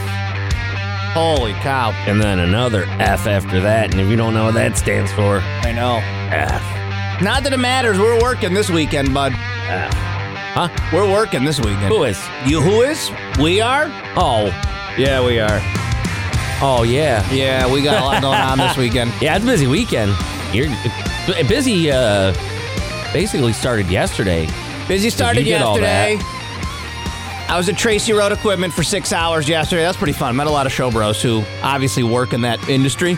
Holy cow! and then another F after that. And if you don't know what that stands for, I know. F. Not that it matters. We're working this weekend, bud. Huh? We're working this weekend. Who is? You who is? We are? Oh, Yeah, we are. oh yeah, Yeah, we got a lot going on this weekend. yeah. It's a busy weekend. You're b- busy. Uh, basically started yesterday. Busy started did all yesterday. I was at Tracy Road Equipment for six hours yesterday. That's pretty fun. Met a lot of show bros who obviously work in that industry.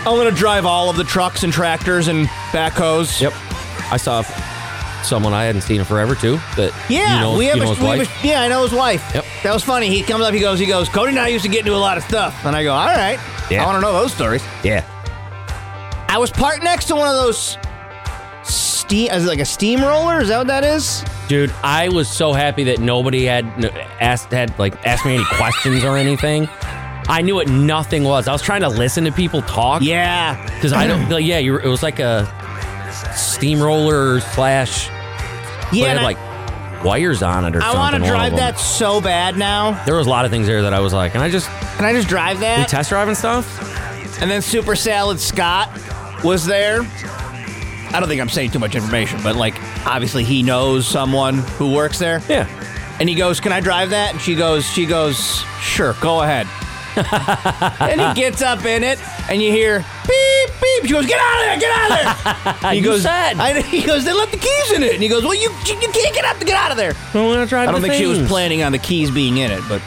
I'm gonna drive all of the trucks and tractors and backhoes. Yep. I saw someone I hadn't seen in forever too. That Yeah, you know, we have you a, know his we have wife. a- yeah, I know his wife. Yep. That was funny. He comes up, he goes, he goes, Cody and I used to get into a lot of stuff. And I go, all right. Yeah. I want to know those stories. yeah, I was parked next to one of those steam, is it like a steamroller? Is that what that is? dude. I was so happy that nobody had n- asked had like asked me any questions or anything. I knew what nothing was. I was trying to listen to people talk. Yeah. Because I don't, like, yeah, you were, it was like a steamroller slash. Yeah. Yeah, and I- like wires on it or I something. want to one of drive them. that so bad now. There was a lot of things there that I was like, and I just Can I just drive we that? test driving stuff. and then Super Salad Scott was there. I don't think I'm saying too much information, but like obviously he knows someone who works there. Yeah, And he goes, "Can I drive that?" And she goes, "She goes, sure, go ahead." and he gets up in it, and you hear beep beep. She goes, "Get out of there! Get out of there!" You said. I, "He goes, they left the keys in it." And he goes, "Well, you you, you can't get out to get out of there." I want to drive. I don't the think she was things. planning on the keys being in it, but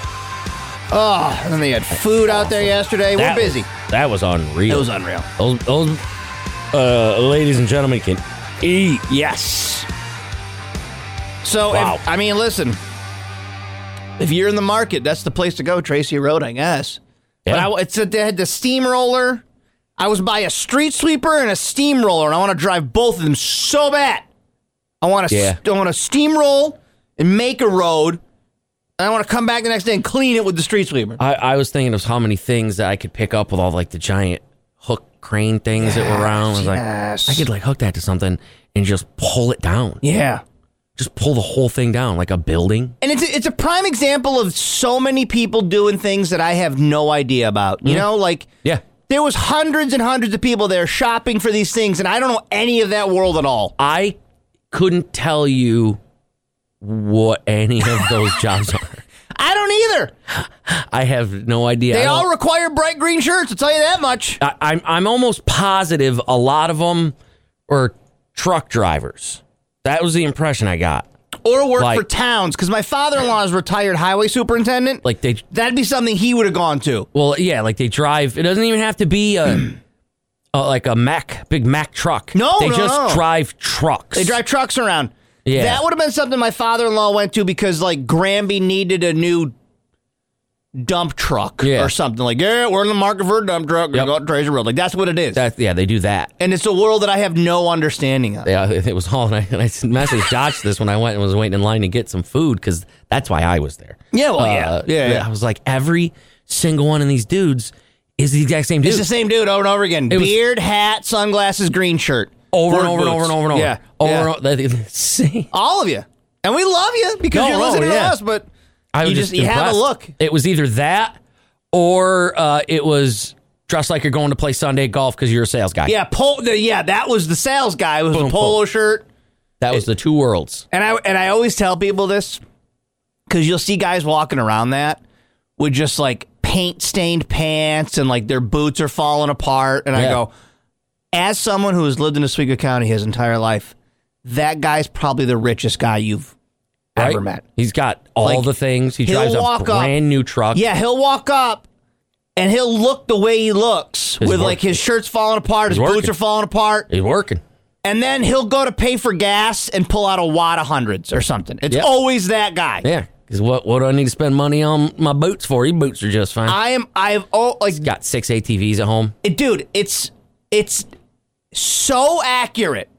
oh, and then they had food out there yesterday. That We're was- busy. that was unreal. It was unreal. Those, those uh, ladies and gentlemen can eat. Yes. So, if- Wow. I mean, listen, if you're in the market, that's the place to go, Tracy Road, I guess. But Yeah. I, it's a, they had the steamroller. I was by a street sweeper and a steamroller, and I want to drive both of them so bad. I want to, Yeah. I want to steamroll and make a road, and I want to come back the next day and clean it with the street sweeper. I, I was thinking of how many things that I could pick up with all like the giant hook crane things that were around. I was like, yes. I could like hook that to something and just pull it down. yeah. Just pull the whole thing down like a building. And it's a, it's a prime example of so many people doing things that I have no idea about. Mm-hmm. You know, like Yeah. there was hundreds and hundreds of people there shopping for these things, and I don't know any of that world at all. I couldn't tell you what any of those jobs are. I don't either. I have no idea. They I all don't- require bright green shirts. I'll tell you that much. I, I'm I'm almost positive a lot of them are truck drivers. That was the impression I got. Or work Like- for towns, because my father-in-law is retired highway superintendent. Like they, That'd be something he would have gone to. well, yeah, like they drive. It doesn't even have to be a, a like a Mack, big Mack truck. No, they no, just no. drive trucks. They drive trucks around. Yeah. That would have been something my father in law went to because, like, Granby needed a new dump truck Yeah. or something. Like, yeah, we're in the market for a dump truck. Gonna Yep. Go out to Treasure Road. Like, that's what it is. That, yeah, they do that. and it's a world that I have no understanding of. Yeah, it was all, and I, and I messaged Josh this when I went and was waiting in line to get some food because that's why I was there. Yeah, well, Uh, Oh, yeah. Yeah, yeah. I was like, every single one of these dudes is the exact same dude. It's the same dude over and over again. It was- Beard, hat, sunglasses, green shirt. over and over Ford and over boots. and over and over. Yeah. Over yeah. and over. That is insane. All of you. And we love you because No, you're no, listening yeah. to us, but I was you just, you have a impressed. look. It was either that or uh, it was dressed like you're going to play Sunday golf because you're a sales guy. Yeah, pol- the, yeah, that was the sales guy. It was a Boom, polo boom. shirt. That was the two worlds. And I and I always tell people this because you'll see guys walking around that with just like paint stained pants and like their boots are falling apart. And I Yeah. go, as someone who has lived in Oswego County his entire life, that guy's probably the richest guy you've ever Right? met. He's got all Like, the things. He he'll drives a walk up- brand new truck. Yeah, he'll walk up and he'll look the way he looks He's with working. like his shirt's falling apart, his He's boots working. are falling apart, He's working. and then he'll go to pay for gas and pull out a wad of hundreds or something. It's Yep. always that guy. Yeah. Because what, what do I need to spend money on my boots for? Your boots are just fine. I am I've oh like He's got six ATVs at home. it- dude, it's it's so accurate.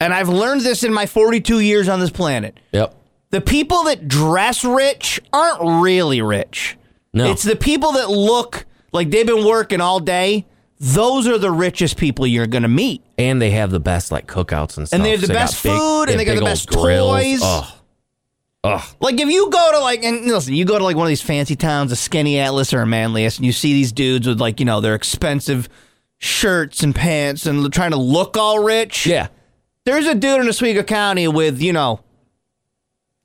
And I've learned this in my 42 years on this planet. Yep. The people that dress rich aren't really rich. No. It's the people that look like they've been working all day. Those are the richest people you're going to meet. and they have the best like cookouts and stuff. And they have the So best got big- food, and have they got big the old best grills. toys. Ugh. Like if you go to like and listen, you go to like one of these fancy towns, a skinny atlas or a manliest, and you see these dudes with like, you know, their expensive shirts and pants and trying to look all rich. Yeah. There's a dude in Oswego County with, you know,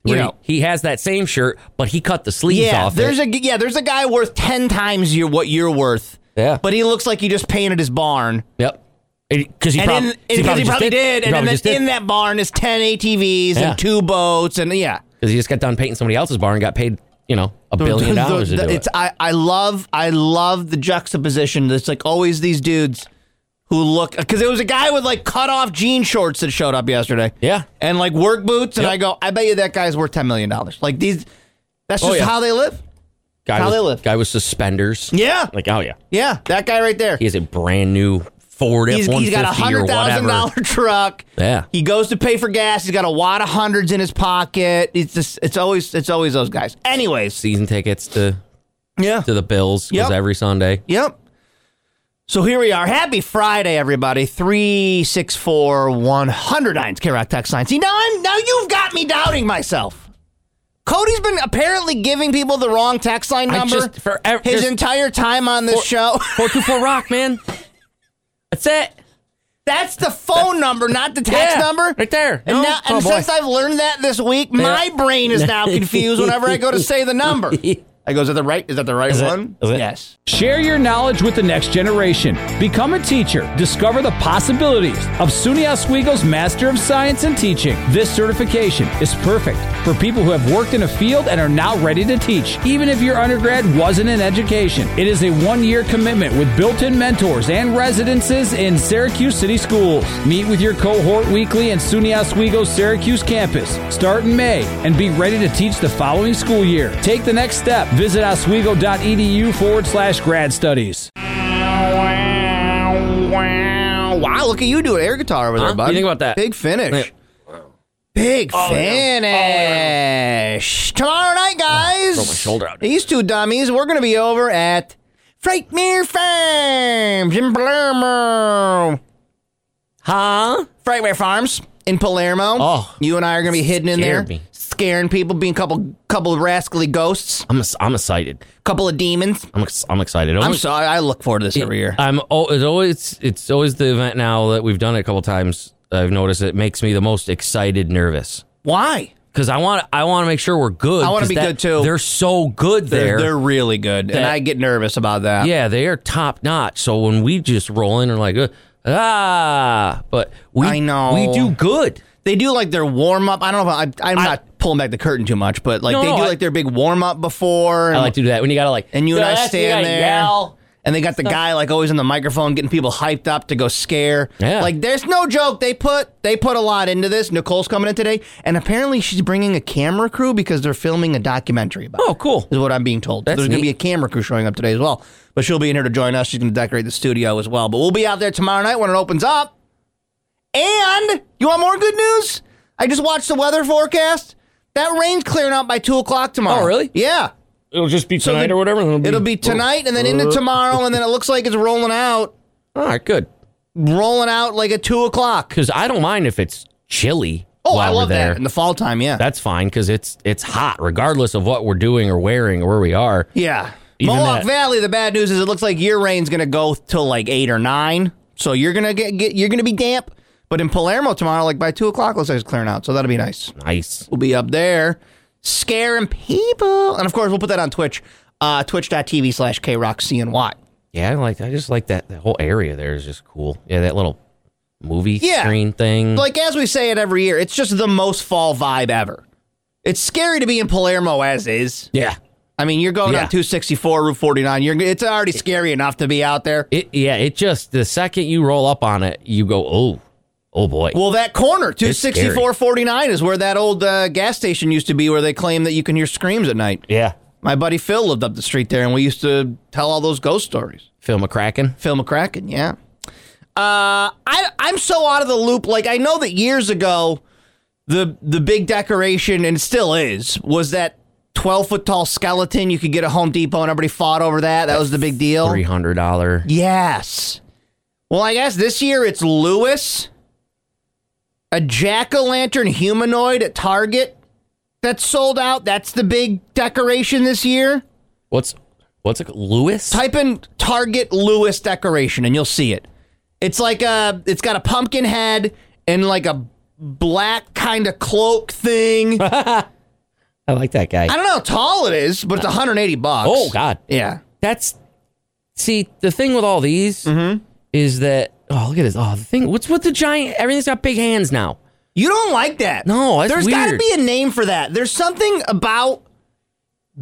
you Where he- know, he, has that same shirt, but he cut the sleeves yeah, off. there's it. a g- yeah, there's a guy worth 10 times your what you're worth. Yeah. But he looks like he just painted his barn. yep. Because he, And prob- in, and 'cause because he just probably did, He and probably then just did. in that barn is 10 ATVs Yeah. and two boats and yeah. 'Cause he just got done painting somebody else's bar and got paid, you know, a billion The- the- dollars to the- do it's it. I, I love I love the juxtaposition. It's like always these dudes who look because there was a guy with like cut off jean shorts that showed up yesterday. Yeah. and like work boots, and Yep. I go, I bet you that guy's worth ten million dollars. Like these, that's Oh, just yeah. how they live. Guy how with, they live. Guy with suspenders. Yeah, Like, oh yeah, yeah, that guy right there. he has a brand new Ford F He's, one he's got a fifty or hundred thousand dollar whatever. truck. Yeah. he goes to pay for gas. He's got a wad of hundreds in his pocket. It's just, it's always, it's always those guys. Anyways, Season tickets to yeah, to the Bills because Yep. every Sunday. Yep. So here we are. Happy Friday, everybody. Three six four one hundred nines. K-Rock text line. See, now I'm now you've got me doubting myself. Cody's been apparently giving people the wrong text line I number just- for ev- his there's- entire time on this For- show. Four two four rock man. That's it. That's the phone number, not the text Yeah, number. right there. And, No? now, and Oh, boy. since I've learned that this week, my brain is now confused whenever I go to say the number. I go, is that the right? Is that the right it? one? Is it? Yes. Share your knowledge with the next generation. Become a teacher. Discover the possibilities of SUNY Oswego's Master of Science in Teaching. This certification is perfect for people who have worked in a field and are now ready to teach, even if your undergrad wasn't in education. It is a one year commitment with built in mentors and residences in Syracuse City Schools. Meet with your cohort weekly in SUNY Oswego's Syracuse campus. Start in May and be ready to teach the following school year. Take the next step. Visit oswego.edu forward slash grad studies. Wow, wow, look at you doing air guitar over there, Huh? bud. You think about that? Big finish. Big finish. Tomorrow night, guys. Throw Oh, my shoulder out. These two dummies, we're going to be over at Frightmere Farms in Palermo. Huh? Frightmere Farms in Palermo. Oh. You and I are going to be hidden in there, Scared me. scaring people, being a couple, couple of rascally ghosts, I'm ex- I'm excited. couple of demons. I'm ex- I'm excited. I'm Only- sorry. I look forward to this every year. I'm oh, it's always it's always the event now that we've done it a couple times. I've noticed it makes me the most excited, nervous Why? because I want I want to make sure we're good. I wanna 'cause be that- good, too. They're so good They're, there. they're really good, and That- I get nervous about that. yeah, they are top notch. So when we just roll in, we're like uh, ah, but we I know. we do good. They do like their warm up. I don't know. If I, I'm not pulling back the curtain too much, but like No, they no, do I- like their big warm up before. And, I like to do that when you gotta like and you and I "Yes, stand gotta there. yell." And they got the guy like always on the microphone getting people hyped up to go scare. Yeah. Like there's no joke. They put they put a lot into this. Nicole's coming in today, and apparently she's bringing a camera crew because they're filming a documentary about. Oh, it, cool. Is what I'm being told. So That's there's gonna be a neat. camera crew showing up today as well. But she'll be in here to join us. She's gonna decorate the studio as well. But we'll be out there tomorrow night when it opens up. And you want more good news? I just watched the weather forecast. That rain's clearing out by two o'clock tomorrow. Oh, really? Yeah. It'll just be tonight the- or whatever. It'll be, It'll be tonight and then into tomorrow, and then it looks like it's rolling out, all right. Good rolling out like at two o'clock. because I don't mind if it's chilly. Oh, while I we're love there. that in the fall time. Yeah, that's fine because it's it's hot regardless of what we're doing or wearing or where we are. yeah. Even Mohawk that- Valley. The bad news is it looks like your rain's gonna go till like eight or nine, so you're gonna get, get you're gonna be damp. But in Palermo tomorrow, like by two o'clock, looks like it's clearing out, so that'll be nice. Nice. We'll be up there scaring people, and of course we'll put that on Twitch. uh, twitch.tv slash krockcny. Yeah, I like. I just like that. That whole area there is just cool. Yeah, that little movie Yeah. screen thing. Like, as we say it every year, it's just the most fall vibe ever. It's scary to be in Palermo as is. yeah, I mean, you're going Yeah. on 264, Route 49. You're, it's already scary enough to be out there. it. Yeah, it just the second you roll up on it, you go, oh, oh boy. Well, that corner, scary. 264.49, is where that old uh, gas station used to be where they claim that you can hear screams at night. yeah. My buddy Phil lived up the street there, and we used to tell all those ghost stories. Phil McCracken. Phil McCracken, yeah. Uh, I I'm so out of the loop. Like I know that years ago, the the big decoration and it still is was that twelve foot tall skeleton you could get at Home Depot, and everybody fought over that. That was the big deal. Three hundred dollar. Yes. Well, I guess this year it's Lewis, a jack o' lantern humanoid at Target that's sold out. That's the big decoration this year. What's what's it? Lewis. Type in Target Lewis decoration and you'll see it. It's like a it's got a pumpkin head and like a black kind of cloak thing. I I like that guy. don't know how tall it is, but it's 180 bucks. Oh God. Yeah. That's see the thing with all these Mm-hmm. is that oh look at this oh the thing what's with the giant everything's got big hands now. You don't like that. No, that's there's got to weird. be a name for that. There's something about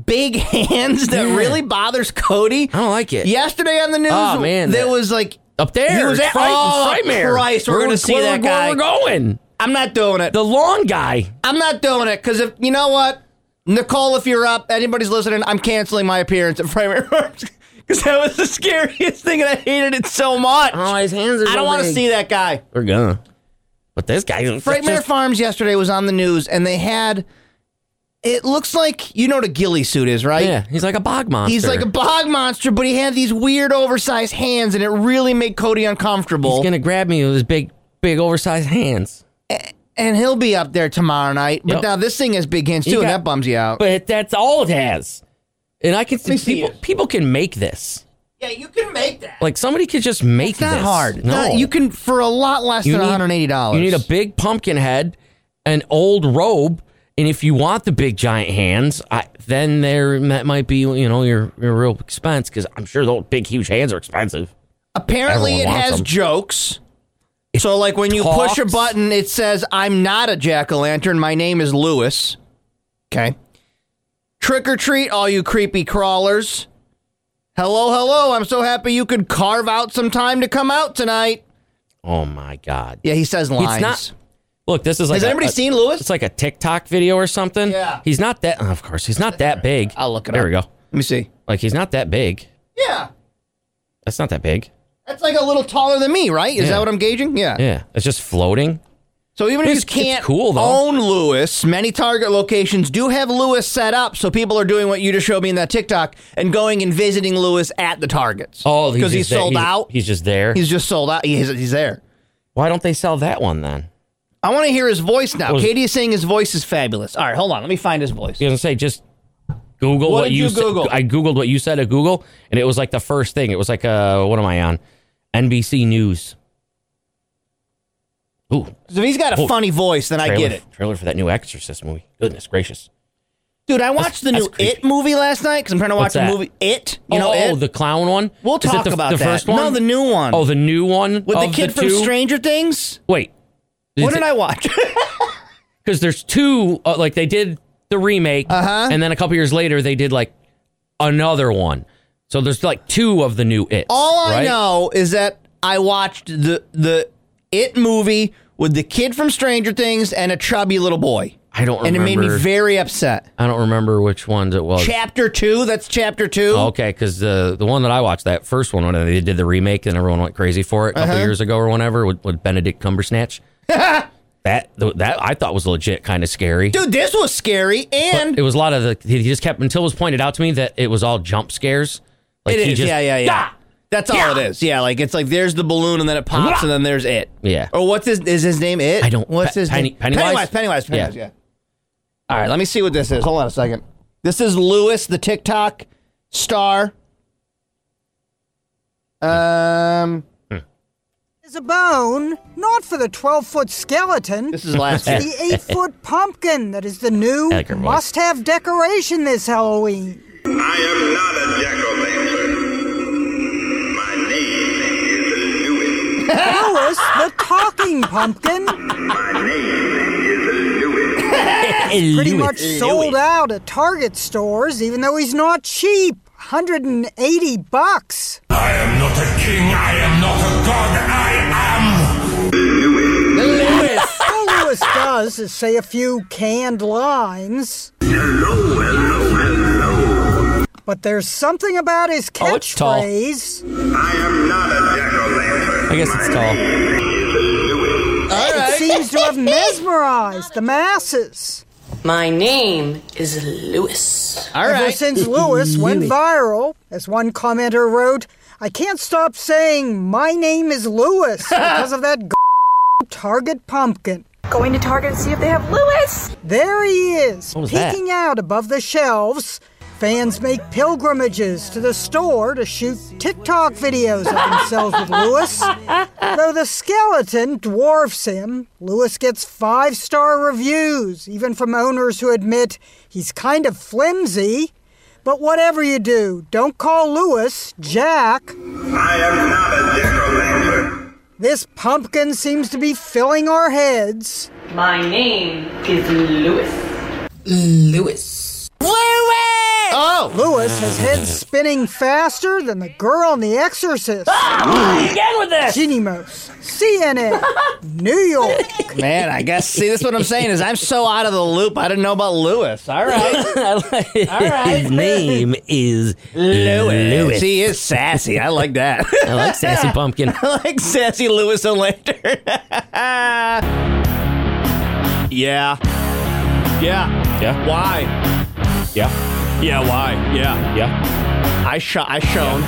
big hands that Yeah. really bothers Cody. I don't like it. Yesterday on the news, Oh, man, there that- was like Up there, He was it's at- fright- oh, it's frightmare. Christ, we're Where gonna we- see where that we- where guy. We're going. I'm not doing it. The long guy. I'm not doing it because if you know what, Nicole, if you're up, anybody's listening, I'm canceling my appearance at Primary because that was the scariest thing, and I hated it so much. his hands are. I don't want to see that guy. We're gonna. But this guy. Frightmare Farms yesterday was on the news, and they had. It looks like you know what a ghillie suit is, right? Yeah, he's like a bog monster. He's like a bog monster, but he had these weird, oversized hands, and it really made Cody uncomfortable. He's gonna grab me with his big, big, oversized hands. and he'll be up there tomorrow night. But Yep. now this thing has big hands too, He and got- that bums you out. But that's all it has. And I can me see see people. it. People can make this. yeah, you can make that. Like somebody could just make It's not this. hard. It's No, not- you can for a lot less You than need- one hundred eighty dollars. You need a big pumpkin head, an old robe, and if you want the big giant hands, I, then there that might be you know your your real expense because I'm sure those big huge hands are expensive. Apparently, Everyone it wants has them. jokes. So, like when you push a talks. button, it says, "I'm not a jack o' lantern. My name is Lewis." Okay. Trick or treat, all you creepy crawlers. Hello, hello. I'm so happy you could carve out some time to come out tonight. Oh my god! Yeah, he says lines. not- Look, this is like Has a- anybody a- seen Lewis? It's like a TikTok video or something. Yeah. he's not that. Of course, he's not that big. I'll look it there up. we go. Let me see. Like he's not that big. Yeah. That's not that big. That's like a little taller than me, right? Is Yeah. that what I'm gauging? Yeah. Yeah, it's just floating. So even if It's- you can't it's cool, though. own Lewis, many Target locations do have Lewis set up, so people are doing what you just showed me in that TikTok and going and visiting Lewis at the Targets. Oh, because he's, just there. sold out. He's just there. He's just sold out. He's, he's there. Why don't they sell that one then? I want to hear his voice now. Was- Katie is saying his voice is fabulous. All right, hold on. Let me find his voice. I was gonna say just Google What what, did you, you said- Google? I googled what you said at Google, and it was like the first thing. It was like, uh, what am I on? NBC News. Ooh, So if he's got a Oh. funny voice, then I trailer, get it. Trailer for that new Exorcist movie. Goodness gracious! Dude, I watched the that's new creepy. It movie last night because I'm trying to watch What's the that? movie It. You know, oh, oh, It. the clown one. we'll Is it talk the, about the that. first one. No, the new one. Oh, the new one with the of kid from two? Stranger Things. Wait, what did I watch? Because there's two. Uh, like they did the remake, uh-huh. and then a couple years later they did like another one. So there's like two of the new it. All I right? know is that I watched the the It movie with the kid from Stranger Things and a chubby little boy, I don't remember. and it made me very upset. I don't remember which ones it was. Oh, Chapter two. That's chapter two. Okay, because the the one that I watched, that first one, when they did the remake, and everyone went crazy for it a couple years ago or whenever with, with Benedict Cumbersnatch. that that I thought was legit, kind of scary. Dude, this was scary, and It was a lot of the. He just kept until it was pointed out to me that it was all jump scares. Like it he is. just- yeah, yeah, yeah. That's all it is. Yeah, like it's like there's the balloon, and then it pops, and then there's it. Yeah. Or what's his is his name? It. I don't- What's his Penny- name? Pennywise? Pennywise. Pennywise. Pennywise. Yeah. Yeah. All right. Let me see what this is. Hold on a second. This is Lewis, the TikTok star. Um. is a bone, not for the 12 foot skeleton. This is last year. the 8 foot pumpkin that is the new I like her voice. must have decoration this Halloween. I am not a jack-o'-lantern. My name is Lewis. Lewis, the talking pumpkin, My name is Lewis. pretty much sold out at Target stores, even though he's not cheap. 180 bucks. I am not a king, I am not a god, I am. All Lewis does is say a few canned lines, Hello, hello, hello. but there's something about his Oh, it's tall. catchphrase. I am not a jack-o'-lantern. I guess it's tall. It seems to have mesmerized the masses. My name is Lewis. All Ever right. since Lewis went viral, as one commenter wrote, I can't stop saying my name is Lewis because of that Target pumpkin. Going to Target and see if they have Lewis. There he is, was that? peeking out above the shelves. Fans make pilgrimages to the store to shoot TikTok videos of themselves with Lewis. Though the skeleton dwarfs him, Lewis gets five star reviews, even from owners who admit he's kind of flimsy. But whatever you do, don't call Lewis Jack. I am not a jack-o'-lantern. This pumpkin seems to be filling our heads. My name is Lewis. Lewis. Oh, Lewis has head spinning faster than the girl in The Get Exorcist. with Ah! this. Genimos, CNN, New York. man, I guess. See, that's what I'm saying is I'm so out of the loop. I didn't know about Lewis. All right. His name is Lewis. Lewis. He is sassy. I like that. I like sassy pumpkin. I like sassy Lewis O'Lantern. yeah. Yeah. Yeah. Why? Yeah. Yeah, why? Yeah. Yeah. I shot. I shone.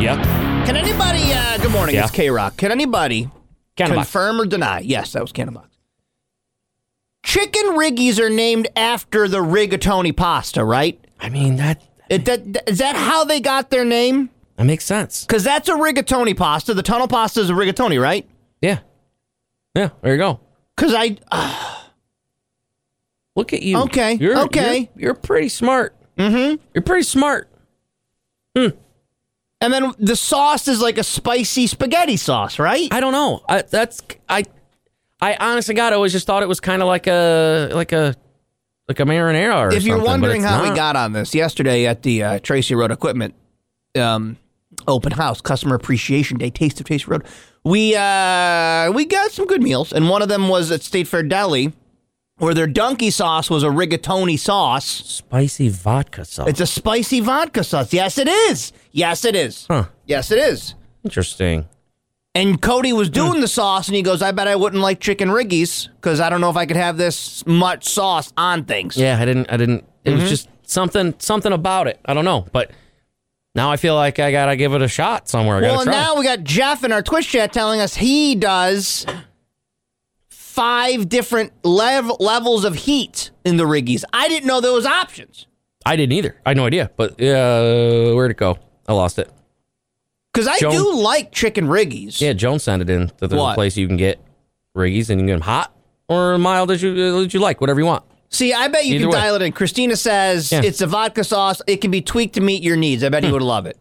Yeah. Can anybody, uh, good morning, Yeah. it's K Rock. Can anybody Cannabis. confirm or deny? Yes, that was Cannonbox. Chicken Riggies are named after the rigatoni pasta, right? I mean that It, that, that- is that how they got their name? that makes sense. Because that's a rigatoni pasta. The tunnel pasta is a rigatoni, right? Yeah. Yeah. There you go. Because I, uh, Look at you. Okay, You're, okay. You're, you're pretty smart. Mm-hmm. You're pretty smart. and then the sauce is like a spicy spaghetti sauce, right? I don't know. I, that's I. I honestly, God, I always just thought it was kind of like a like a like a marinara. Or if you're something, but wondering it's how we not. got on this yesterday at the uh, Tracy Road Equipment um, Open House Customer Appreciation Day, Taste of Tracy Road, we uh, we got some good meals, and one of them was at State Fair Deli, where their donkey sauce was a rigatoni sauce. spicy vodka sauce, It's a spicy vodka sauce. Yes, it is. Yes, it is. Huh. Yes, it is. interesting. And Cody Hmm. was doing the sauce, and he goes, "I bet I wouldn't like chicken riggies because I don't know if I could have this much sauce on things." Yeah, I didn't. I didn't. It Mm-hmm. was just something something about it. I don't know, but now I feel like I gotta give it a shot somewhere. I Well, gotta try. now we got Jeff in our Twitch chat telling us he does five different lev- levels of heat in the riggies. I didn't know there was options I didn't either. I had no idea. But uh, where'd it go? I lost it. because I Joan- do like chicken riggies. Yeah, Jones sent it in that there's What? a place you can get riggies and you can get them hot or mild as you as you like, whatever you want. See, I bet you Either can way. dial it in. Christina says Yeah. Hmm. it's a vodka sauce. It can be tweaked to meet your needs. I bet you would love it.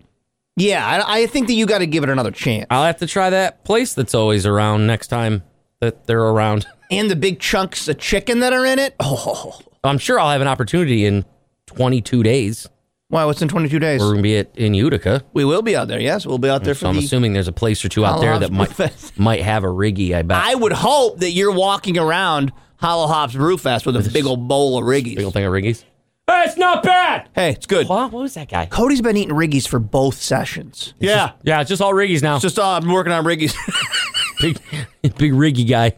Yeah, I, I think that you got to give it another chance. I'll have to try that place that's always around next time that they're around. and the big chunks of chicken that are in it. Oh, I'm sure I'll have an opportunity in 22 days. wow! It's in 22 days. We're going to be at, in Utica. we will be out there. Yes, we'll be out there for So I'm the assuming there's a place or two out there Halal that might Brewfest. might have a riggy, I bet. I would hope that you're walking around Hollow Hops Brewfest with a big old bowl of Big old Riggies. thing of riggies. Hey, it's not bad. Hey, it's good. What? What was that guy? Cody's been eating Riggies for both sessions. yeah. Yeah, it's just all riggies now. Just, uh, I'm working on Riggies. big, big riggy guy.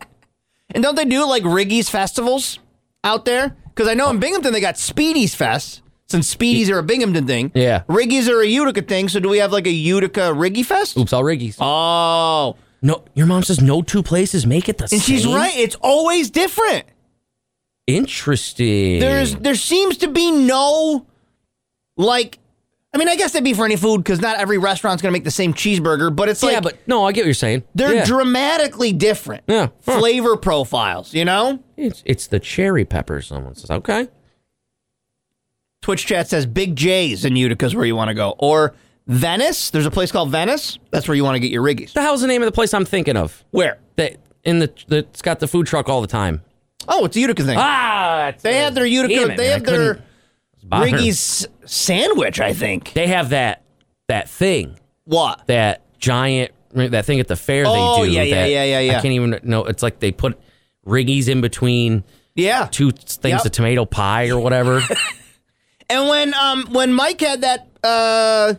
and don't they do like Riggies festivals out there? Because I know in Binghamton they got Speedies Fest. Since Speedies are a Binghamton thing. Yeah. Riggies are a Utica thing. So do we have like a Utica Riggy Fest? Oops, all riggies. Oh. No, your mom says no two places make it the same. And she's right. It's always different. Interesting. There's there seems to be no like I mean, I guess that'd be for any food because not every restaurant's gonna make the same cheeseburger, but it's yeah, like but no, I get what you're saying. they're yeah. dramatically different Yeah. Huh. flavor profiles, you know? It's it's the cherry pepper. Someone says, okay. Twitch chat says Big J's in Utica's where you want to go, or Venice. There's a place called Venice. That's where you want to get your riggies. The hell's the name of the place I'm thinking of? Where? That in the that's got the food truck all the time. Oh, it's a Utica thing. Ah, they have their Utica. Damn it, they man, have I couldn't- their bothering. riggies sandwich. I think. They have that that thing. What? That giant that thing at the fair Oh, they do. yeah, yeah, that- yeah, yeah, yeah. I can't even know. It's like they put riggies in between Yeah. two things Yep. of tomato pie or whatever. And when um when Mike had that uh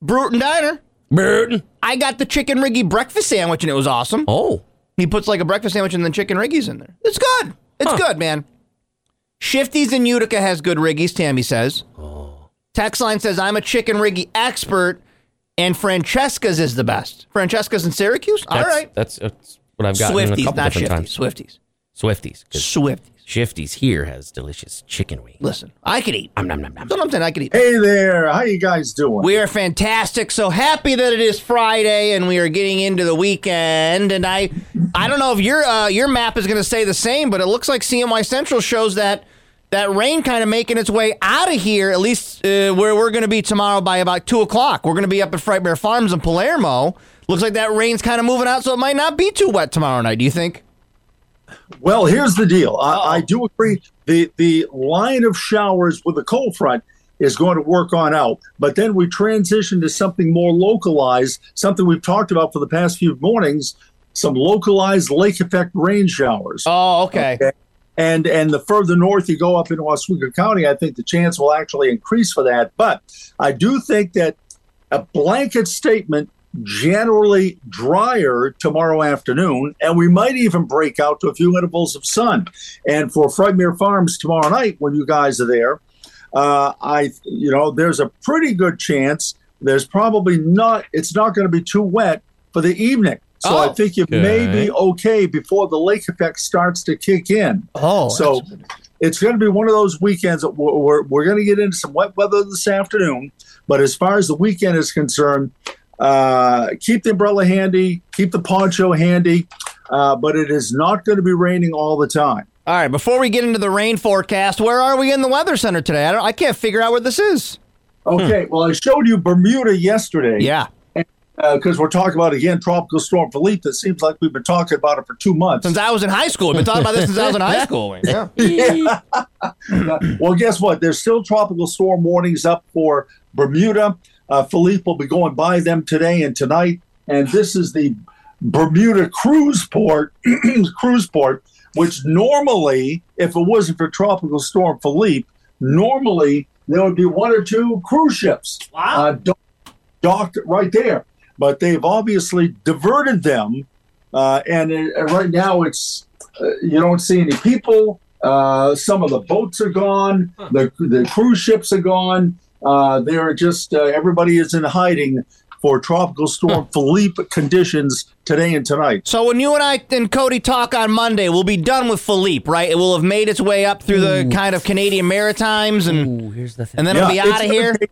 Bruton Diner, Burton. I got the chicken riggy breakfast sandwich and it was awesome. Oh. He puts like a breakfast sandwich and then chicken riggies in there. It's good. It's good, man. Shifties in Utica has good riggies, Tammy says. Text line says, I'm a chicken riggy expert and Francesca's is the best. Francesca's in Syracuse? All That's- right. That's, that's what I've gotten a Swifties, couple not different times. Shifties. Swifties. Swifties. 'cause Swifties. Shifties here has delicious chicken wings. Listen, I could eat. Om nom nom nom. That's what I'm saying. I could eat. Hey there, how you guys doing? We are fantastic. So happy that it is Friday and we are getting into the weekend. And I, I don't know if your uh, your map is going to stay the same, but it looks like CMY Central shows that that rain kind of making its way out of here. At least uh, where we're going to be tomorrow by about two o'clock. We're going to be up at Frightmare Farms in Palermo. Looks like that rain's kind of moving out, so it might not be too wet tomorrow night. Do you think? Well, here's the deal. I, I do agree. The the line of showers with the cold front is going to work on out, but then we transition to something more localized, something we've talked about for the past few mornings, some localized lake effect rain showers. Oh, okay. And and the further north you go up into Oswego County, I think the chance will actually increase for that. But I do think that a blanket statement generally drier tomorrow afternoon and we might even break out to a few intervals of sun and for frightmere farms tomorrow night when you guys are there uh, i you know there's a pretty good chance there's probably not it's not going to be too wet for the evening so i think you may be okay before the lake effect starts to kick in Oh, so it's going to be one of those weekends that we're, we're, we're going to get into some wet weather this afternoon. But as far as the weekend is concerned, uh, keep the umbrella handy, keep the poncho handy. Uh, but it is not going to be raining all the time. All right. Before we get into the rain forecast, where are we in the weather center today? I don't. I can't figure out where this is. Okay. Well, I showed you Bermuda yesterday. Hmm. Yeah. Because we're talking about again tropical storm Philippe. That seems like we've been talking about it for two months. Since I was in high school, I've been talking about this since I was in high school. Yeah. well, guess what? There's still tropical storm warnings up for Bermuda. Uh, Philippe will be going by them today and tonight. And this is the Bermuda cruise port, cruise port, which normally, if it wasn't for tropical storm Philippe, normally there would be one or two cruise ships uh, dock- docked right there. But they've obviously diverted them uh, and uh, right now it's uh, you don't see any people. Uh, some of the boats are gone. The the cruise ships are gone. Uh, they are just uh, everybody is in hiding for tropical storm Philippe conditions today and tonight. So when you and I and Cody talk on Monday, we'll be done with Philippe, right? It will have made its way up through the kind of Canadian Maritimes, and Here's the thing. and then it'll be Yeah, out it's of gonna here. take-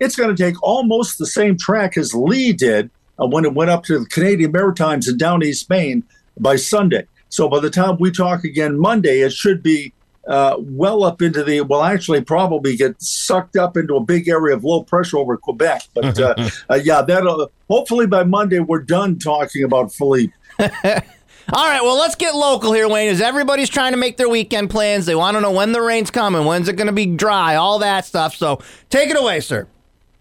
it's going to take almost the same track as Lee did uh, when it went up to the Canadian Maritimes and down East Maine by Sunday. So by the time we talk again Monday, it should be uh, well up into the. Well, actually, probably get sucked up into a big area of low pressure over Quebec. But uh, uh, yeah, that'll hopefully by Monday we're done talking about Philippe. All right, well, let's get local here, Wayne. As everybody's trying to make their weekend plans, they want to know when the rain's coming, when's it going to be dry, all that stuff. So take it away, sir.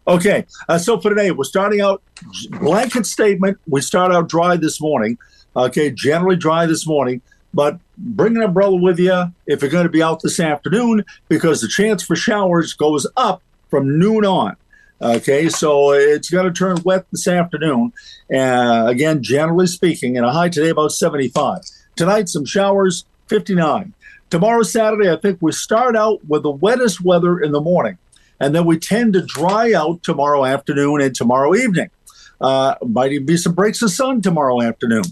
Okay, uh, so for today, we're starting out blanket statement. We start out dry this morning. Okay, generally dry this morning, but bring an umbrella with you if you're going to be out this afternoon because the chance for showers goes up from noon on. Okay, so it's going to turn wet this afternoon. Uh, again, generally speaking, and a high today about 75. Tonight, some showers, 59. Tomorrow, Saturday, I think we start out with the wettest weather in the morning, and then we tend to dry out tomorrow afternoon and tomorrow evening. Uh, might even be some breaks of sun tomorrow afternoon.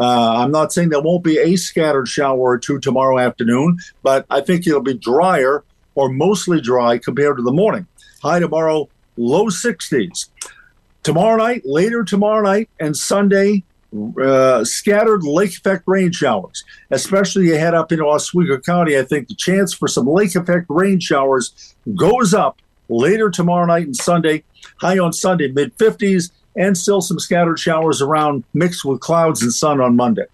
Uh, I'm not saying there won't be a scattered shower or two tomorrow afternoon, but I think it'll be drier or mostly dry compared to the morning. High tomorrow, low 60s. Tomorrow night, later tomorrow night, and Sunday, uh, scattered lake effect rain showers, especially you head up into Oswego County. I think the chance for some lake effect rain showers goes up later tomorrow night and Sunday. High on Sunday, mid 50s, and still some scattered showers around, mixed with clouds and sun on Monday.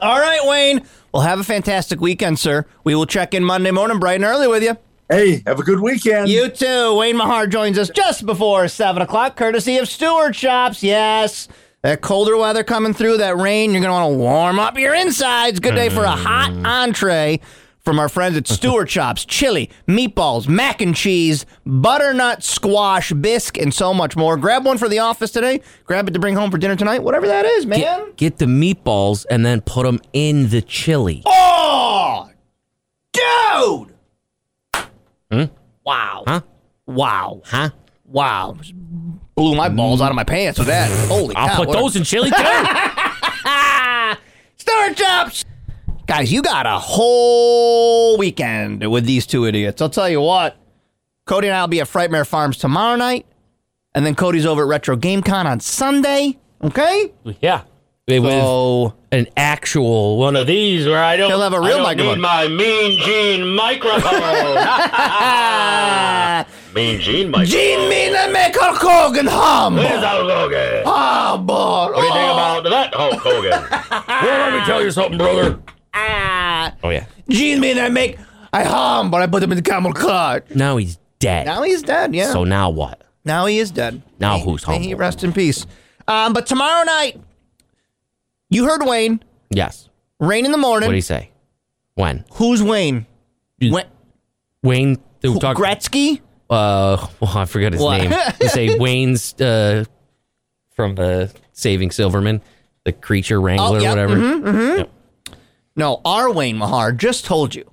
All right, Wayne. Well, have a fantastic weekend, sir. We will check in Monday morning bright and early with you. Hey, have a good weekend. You too. Wayne Mahar joins us just before 7 o'clock, courtesy of Stewart Shops. Yes. That colder weather coming through, that rain, you're going to want to warm up your insides. Good day for a hot entree from our friends at Stewart Shops. Chili, meatballs, mac and cheese, butternut squash, bisque, and so much more. Grab one for the office today. Grab it to bring home for dinner tonight. Whatever that is, man. Get, get the meatballs and then put them in the chili. Oh, dude! Hmm? Wow. Huh? Wow. Huh? Wow. Just blew my balls out of my pants with that. Holy I'll cow, put what a- those in chili too. Stewart Chops! Guys, you got a whole weekend with these two idiots. I'll tell you what. Cody and I will be at Frightmare Farms tomorrow night. And then Cody's over at Retro GameCon on Sunday. Okay? yeah. They So an actual one of these where I don't. He'll have a I real don't microphone. Need my Mean Gene microphone. mean Gene microphone. Gene Mina make her Kogan hum! Where's Hulk Hogan? Ah, boy. What do you think about that, Hulk Hogan? well, let me tell you something, brother. Ah. Oh yeah. Gene Mina make I hum, but I put them in the camel clutch. Now he's dead. Now he's dead, yeah. So now what? Now he is dead. Now who's May he humble? rest in peace. Um, but tomorrow night, you heard Wayne. Yes. Rain in the What morning. do you say? When? Who's Wayne? You- Wayne Wayne? They were talking. Gretzky? uh, well, I forgot his What? name. They say Wayne's uh, from uh, Saving Silverman, the creature wrangler, Oh, yep, whatever. No, our Wayne Mahar just told you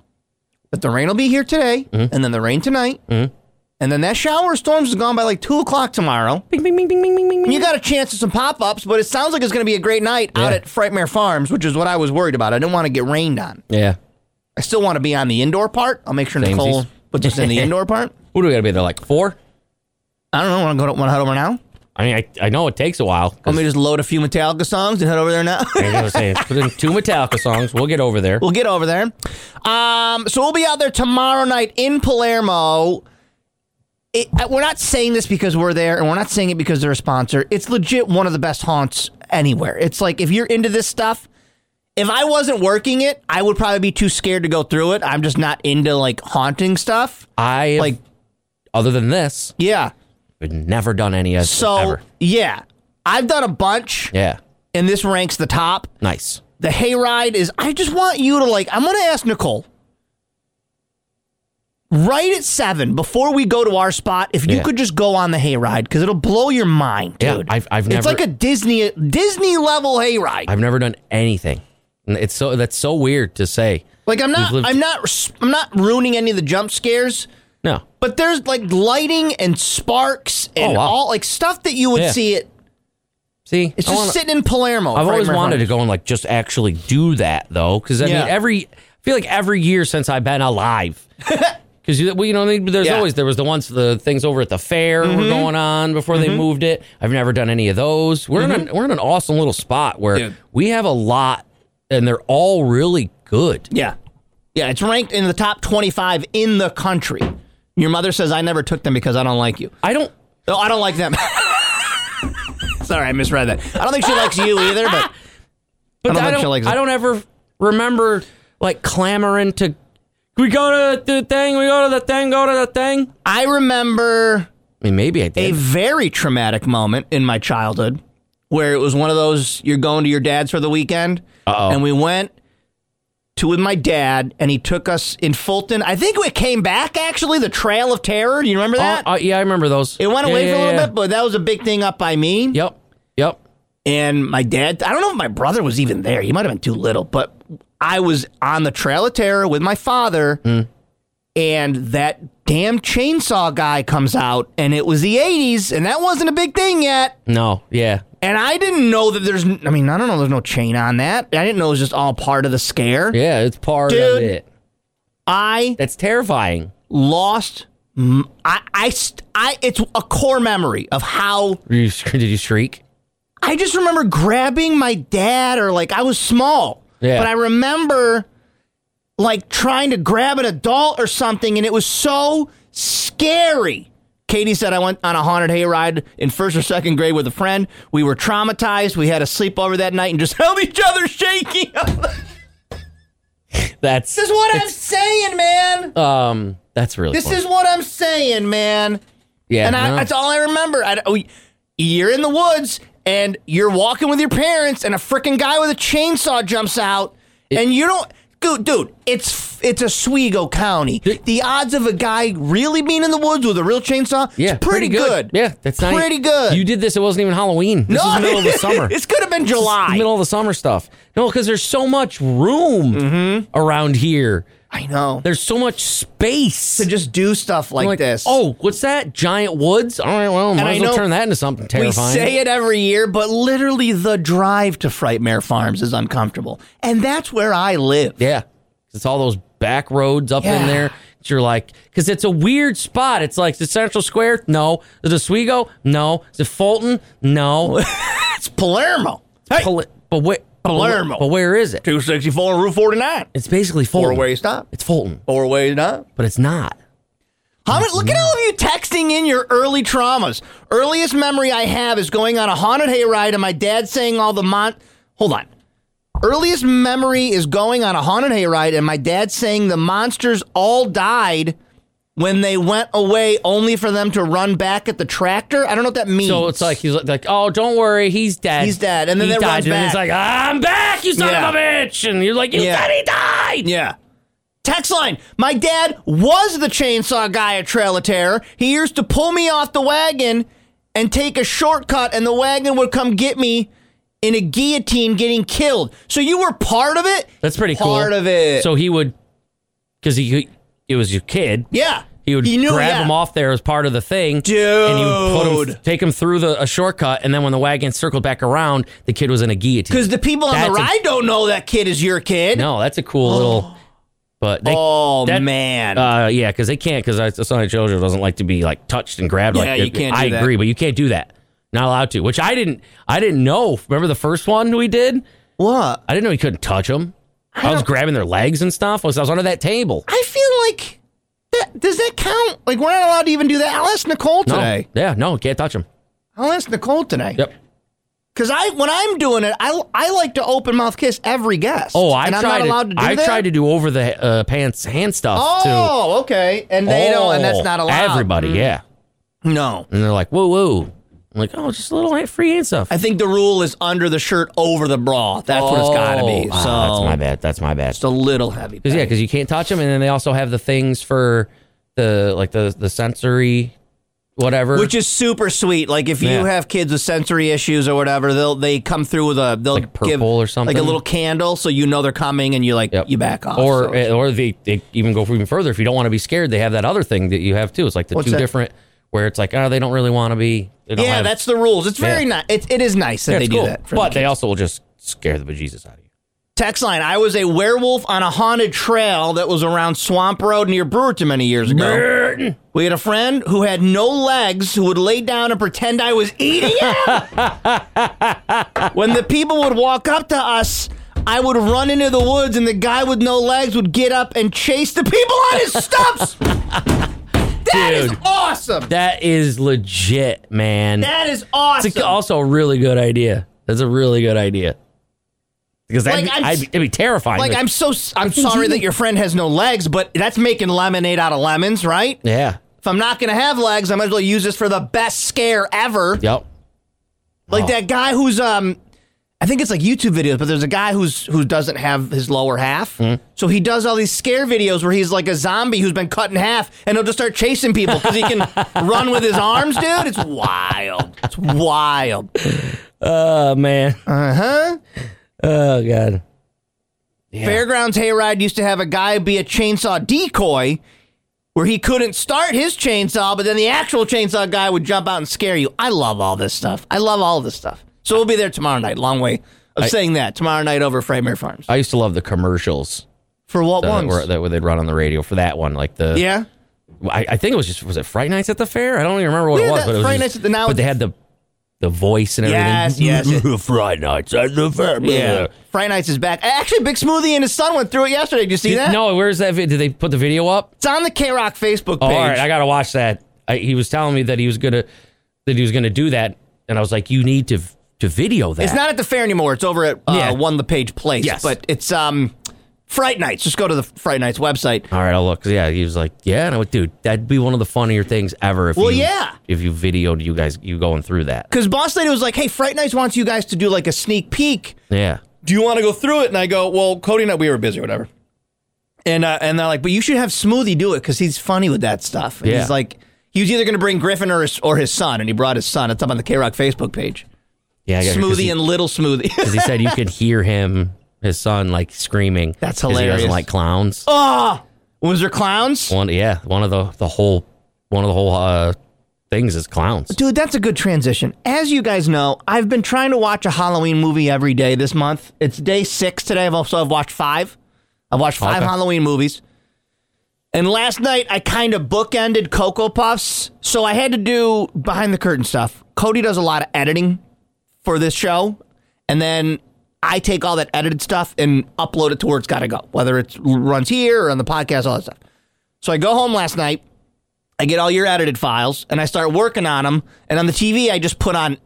that the rain will be here today, Mm-hmm. and then the rain tonight, and then that shower of storms is gone by like two o'clock tomorrow. Bing, bing, bing, bing, bing, bing, bing. And you got a chance of some pop ups, but it sounds like it's going to be a great night out Yeah. at Frightmare Farms, which is what I was worried about. I didn't want to get rained on. Yeah. I still want to be on the indoor part. I'll make sure Samesies. Nicole puts us in the indoor part. What do we got to be there? Like four? I don't know. Want to go? Want to head over now? I mean, I, I know it takes a while. 'cause- Let me to just load a few Metallica songs and head over there now. I was saying, put in two Metallica songs. We'll get over there. we'll get over there. Um, so we'll be out there tomorrow night in Palermo. It, uh, we're not saying this because we're there, and we're not saying it because they're a sponsor. It's legit one of the best haunts anywhere. It's like if you're into this stuff. If I wasn't working it, I would probably be too scared to go through it. I'm just not into like haunting stuff. I have- Like- other than this, Yeah. I've never done any of So ever. yeah, I've done a bunch, Yeah, and this ranks the top. nice. the hayride is I just want you to like I'm gonna ask Nicole. Right at seven, before we go to our spot, if you Yeah. could just go on the hayride, because it'll blow your mind, Yeah, dude. I've- I've It's never- like a Disney Disney level hayride. I've never done anything. And It's so that's so weird to say. like I'm not, You've lived- I'm not, I'm not ruining any of the jump scares. No, But there's like lighting and sparks and Oh, wow. all like stuff that you would Yeah. see it. see, It's I just wanna- sitting in Palermo. I've always wanted to go and like just actually do that though, because I Yeah. mean every I feel like every year since I've been alive. Because you, well, you know, there's Yeah. Mm-hmm. always there was the ones the things over at the fair were going on before they moved it. I've never done any of those. We're in Mm-hmm. a, we're in an awesome little spot where Dude. we have a lot, and they're all really good. Yeah. Yeah, it's ranked in the top 25 in the country. Your mother says, I never took them because I don't like you. I don't. No, I don't like them. Sorry, I misread that. I don't think she likes you either, but But I don't I think don't, she I likes don't, it. ever remember like clamoring to. We go to the thing. We go to the thing. Go to the thing. I remember I mean, maybe I did. a very traumatic moment in my childhood where it was one of those you're going to your dad's for the weekend. Uh-oh. And we went to with my dad, and he took us in Fulton. I think it came back, actually, the Trail of Terror. Do you remember that? Oh, oh, yeah, I remember those. It went Yeah, away yeah, for a little yeah. bit, but that was a big thing up by me. Yep. Yep. And my dad, I don't know if my brother was even there. He might have been too little, but I was on the Trail of Terror with my father, and that damn chainsaw guy comes out, and it was the 80s, and that wasn't a big thing yet. No. Yeah. And I didn't know that there's, I mean, I don't know, there's no chain on that. I didn't know it was just all part of the scare. Yeah. It's part of Dude. it. I That's terrifying. lost. m- I, I, st- I, it's a core memory of how Were you- Did you shriek? I just remember grabbing my dad, or like I was small, Yeah. but I remember like trying to grab an adult or something, and it was so scary. Katie said I went on a haunted hayride in first or second grade with a friend. We were traumatized. We had a sleepover that night and just held each other shaking. That's this is what I'm saying, man. um. That's really. This funny. is what I'm saying, man. Yeah, and I, no. that's all I remember. I, we- you're in the woods and you're walking with your parents, and a freaking guy with a chainsaw jumps out, and you don't. Dude, dude, it's it's Oswego County. the odds of a guy really being in the woods with a real chainsaw, is yeah, pretty, good. Yeah, that's not pretty good. You did this. It wasn't even Halloween. This No, was the middle of the summer. this could have been This is the July. middle of the summer stuff. No, because there's so much room Mm-hmm. around here. I know. There's so much space to just do stuff like, this. Oh, what's that? Giant woods. All right, well, might I as well know turn that into something terrifying. We say it every year, but literally the drive to Frightmare Farms is uncomfortable. And that's where I live. Yeah. It's all those back roads up Yeah. in there. that You're like, because it's a weird spot. It's like, is it Central Square? No. Is it Oswego? No. Is it Fulton? No. It's Palermo. Hey, Pal- but where? Palermo. But where is it? 264 and Route 49. It's basically Fulton. Four way stop. It's Fulton, Four way stop. but it's not. How many, look at all of you texting in your early traumas. Earliest memory I have is going on a haunted hayride and my dad saying all the mon. Hold on. Earliest memory is going on a haunted hayride and my dad saying the monsters all died when they went away, only for them to run back at the tractor. I don't know what that means. So it's like he's like, oh, don't worry, he's dead. He's dead. And then he it died. runs And then it's back. like, I'm back, you son Yeah. of a bitch. And you're like, you Yeah. said he died. Yeah. Text line. My dad was the chainsaw guy at Trail of Terror. He used to pull me off the wagon and take a shortcut, and the wagon would come get me in a guillotine getting killed. So you were part of it? That's pretty cool. Part of it. So he would, because he, it was your kid. yeah. He would You knew, grab yeah. him off there as part of the thing, and he would put him, Dude. take him through the a shortcut, and then when the wagon circled back around, the kid was in a guillotine. Because the people on the That's a- ride don't know that kid is your kid. no, that's a cool little. But they, Oh, that- man. uh, yeah, because they can't because the son of children doesn't like to be like touched and grabbed. Yeah, like, you can't I do that. agree, but you can't do that. Not allowed to. Which I didn't. I didn't know. Remember the first one we did? what? I didn't know you couldn't touch them. I, was grabbing their legs and stuff. I was, I was under that table. I feel like. That, does that count? Like, we're not allowed to even do that. I'll ask Nicole No. today. Yeah, no, can't touch them. I'll ask Nicole today. Yep. Because I, when I'm doing it, I, I like to open mouth kiss every guest. Oh, I and I'm tried. not allowed to do I that? tried to do over the uh, pants hand stuff too. Oh, okay. And they don't, and that's Oh, not allowed. Mm. Mm-hmm. Everybody, yeah. No. And they're like, whoa, whoa. I'm like, oh, just a little hand- free hand stuff. I think the rule is under the shirt, over the bra. That's what it's got to be. Oh, ah, so that's my bad. That's my bad. It's a little heavy. Because yeah, because you can't touch them, and then they also have the things for the like the the sensory, whatever. which is super sweet. Like if you Yeah. have kids with sensory issues or whatever, they'll they come through with a they'll Like purple give or like something. a little candle, so you know they're coming, and you like Yep. you back off. or eh, so. or they, they even go even further. If you don't want to be scared, they have that other thing that you have too. It's like the What's two that? different where it's like, oh, they don't really want to be. They don't yeah, have- that's the rules. It's very Yeah. nice. It, it is nice that yeah, they it's do cool. that. for the But kids. they also will just scare the bejesus out of you. Text line I was a werewolf on a haunted trail that was around Swamp Road near Brewerton many years ago. We had a friend who had no legs who would lay down and pretend I was eating him. when the people would walk up to us, I would run into the woods and the guy with no legs would get up and chase the people on his stumps. That is Dude. awesome. That is legit, man. That is It's awesome. a- also a really good idea. That's a really good idea. Because that'd, Like, be, I'm I'd s- be, it'd be terrifying. like but- I'm so s- I'm sorry that your friend has no legs, but that's making lemonade out of lemons, right? yeah, If I'm not gonna have legs, I might as well use this for the best scare ever. yep. Like that guy who's um I think it's like YouTube videos, but there's a guy who's who doesn't have his lower half. So he does all these scare videos where he's like a zombie who's been cut in half and he'll just start chasing people because he can run with his arms, dude. It's wild. It's wild. Oh man. Uh-huh. Oh god. Fairgrounds Hayride used to have a guy be a chainsaw decoy where he couldn't start his chainsaw, but then the actual chainsaw guy would jump out and scare you. I love all this stuff. I love all this stuff. So we'll be there tomorrow night. Long way of saying that. Tomorrow night over at Frightmare Farms. I used to love the commercials For what that ones? were, that were- they'd run on the radio for that one. Like the yeah. I, I think it was just was it Fright Nights at the Fair? I don't even remember what Yeah, it was, that but it was Fright just- Nights at the- now But they had the the voice and everything. Yes, yes. Friday nights at the family. Yeah. Friday nights is back. Actually, Big Smoothie and his son went through it yesterday. Did you see Did- that? No, where's that? Video? Did they put the video up? It's on the K Rock Facebook page. Oh, all right, I gotta watch that. I, he was telling me that he was gonna that he was gonna do that, and I was like, you need to to video that. It's not at the fair anymore. It's over at uh, Yeah. One the Page Place. Yes. But it's um, Fright Nights. Just go to the Fright Nights website. All right, I'll look. Yeah, he was like, yeah, and I went, dude, that'd be one of the funnier things ever. If Well, you, yeah. if you videoed you guys you going through that. Because Boss Lady was like, hey, Fright Nights wants you guys to do like a sneak peek. Yeah, Do you want to go through it? And I go, well, Cody and I, we were busy or whatever. And, uh, and they're like, but you should have Smoothie do it because he's funny with that stuff. And Yeah. he's like, he was either going to bring Griffin or his, or his son, and he brought his son. It's up on the K Rock Facebook page. yeah. I got- 'cause smoothie he- and Little Smoothie. because he said you could hear him, his son, like screaming. That's 'cause He doesn't hilarious. like clowns. oh, was there clowns? One, yeah, one of the the whole one of the whole uh things is clowns. Dude, that's a good transition. As you guys know, I've been trying to watch a Halloween movie every day this month. It's day six today. I've also I've watched five. I've watched five Okay. Halloween movies. And last night I kind of bookended Cocoa Puffs, so I had to do behind the curtain stuff. Cody does a lot of editing for this show, and then I take all that edited stuff and upload it to where it's got to go, whether it runs here or on the podcast, all that stuff. So I go home last night. I get all your edited files and I start working on them. And on the TV, I just put on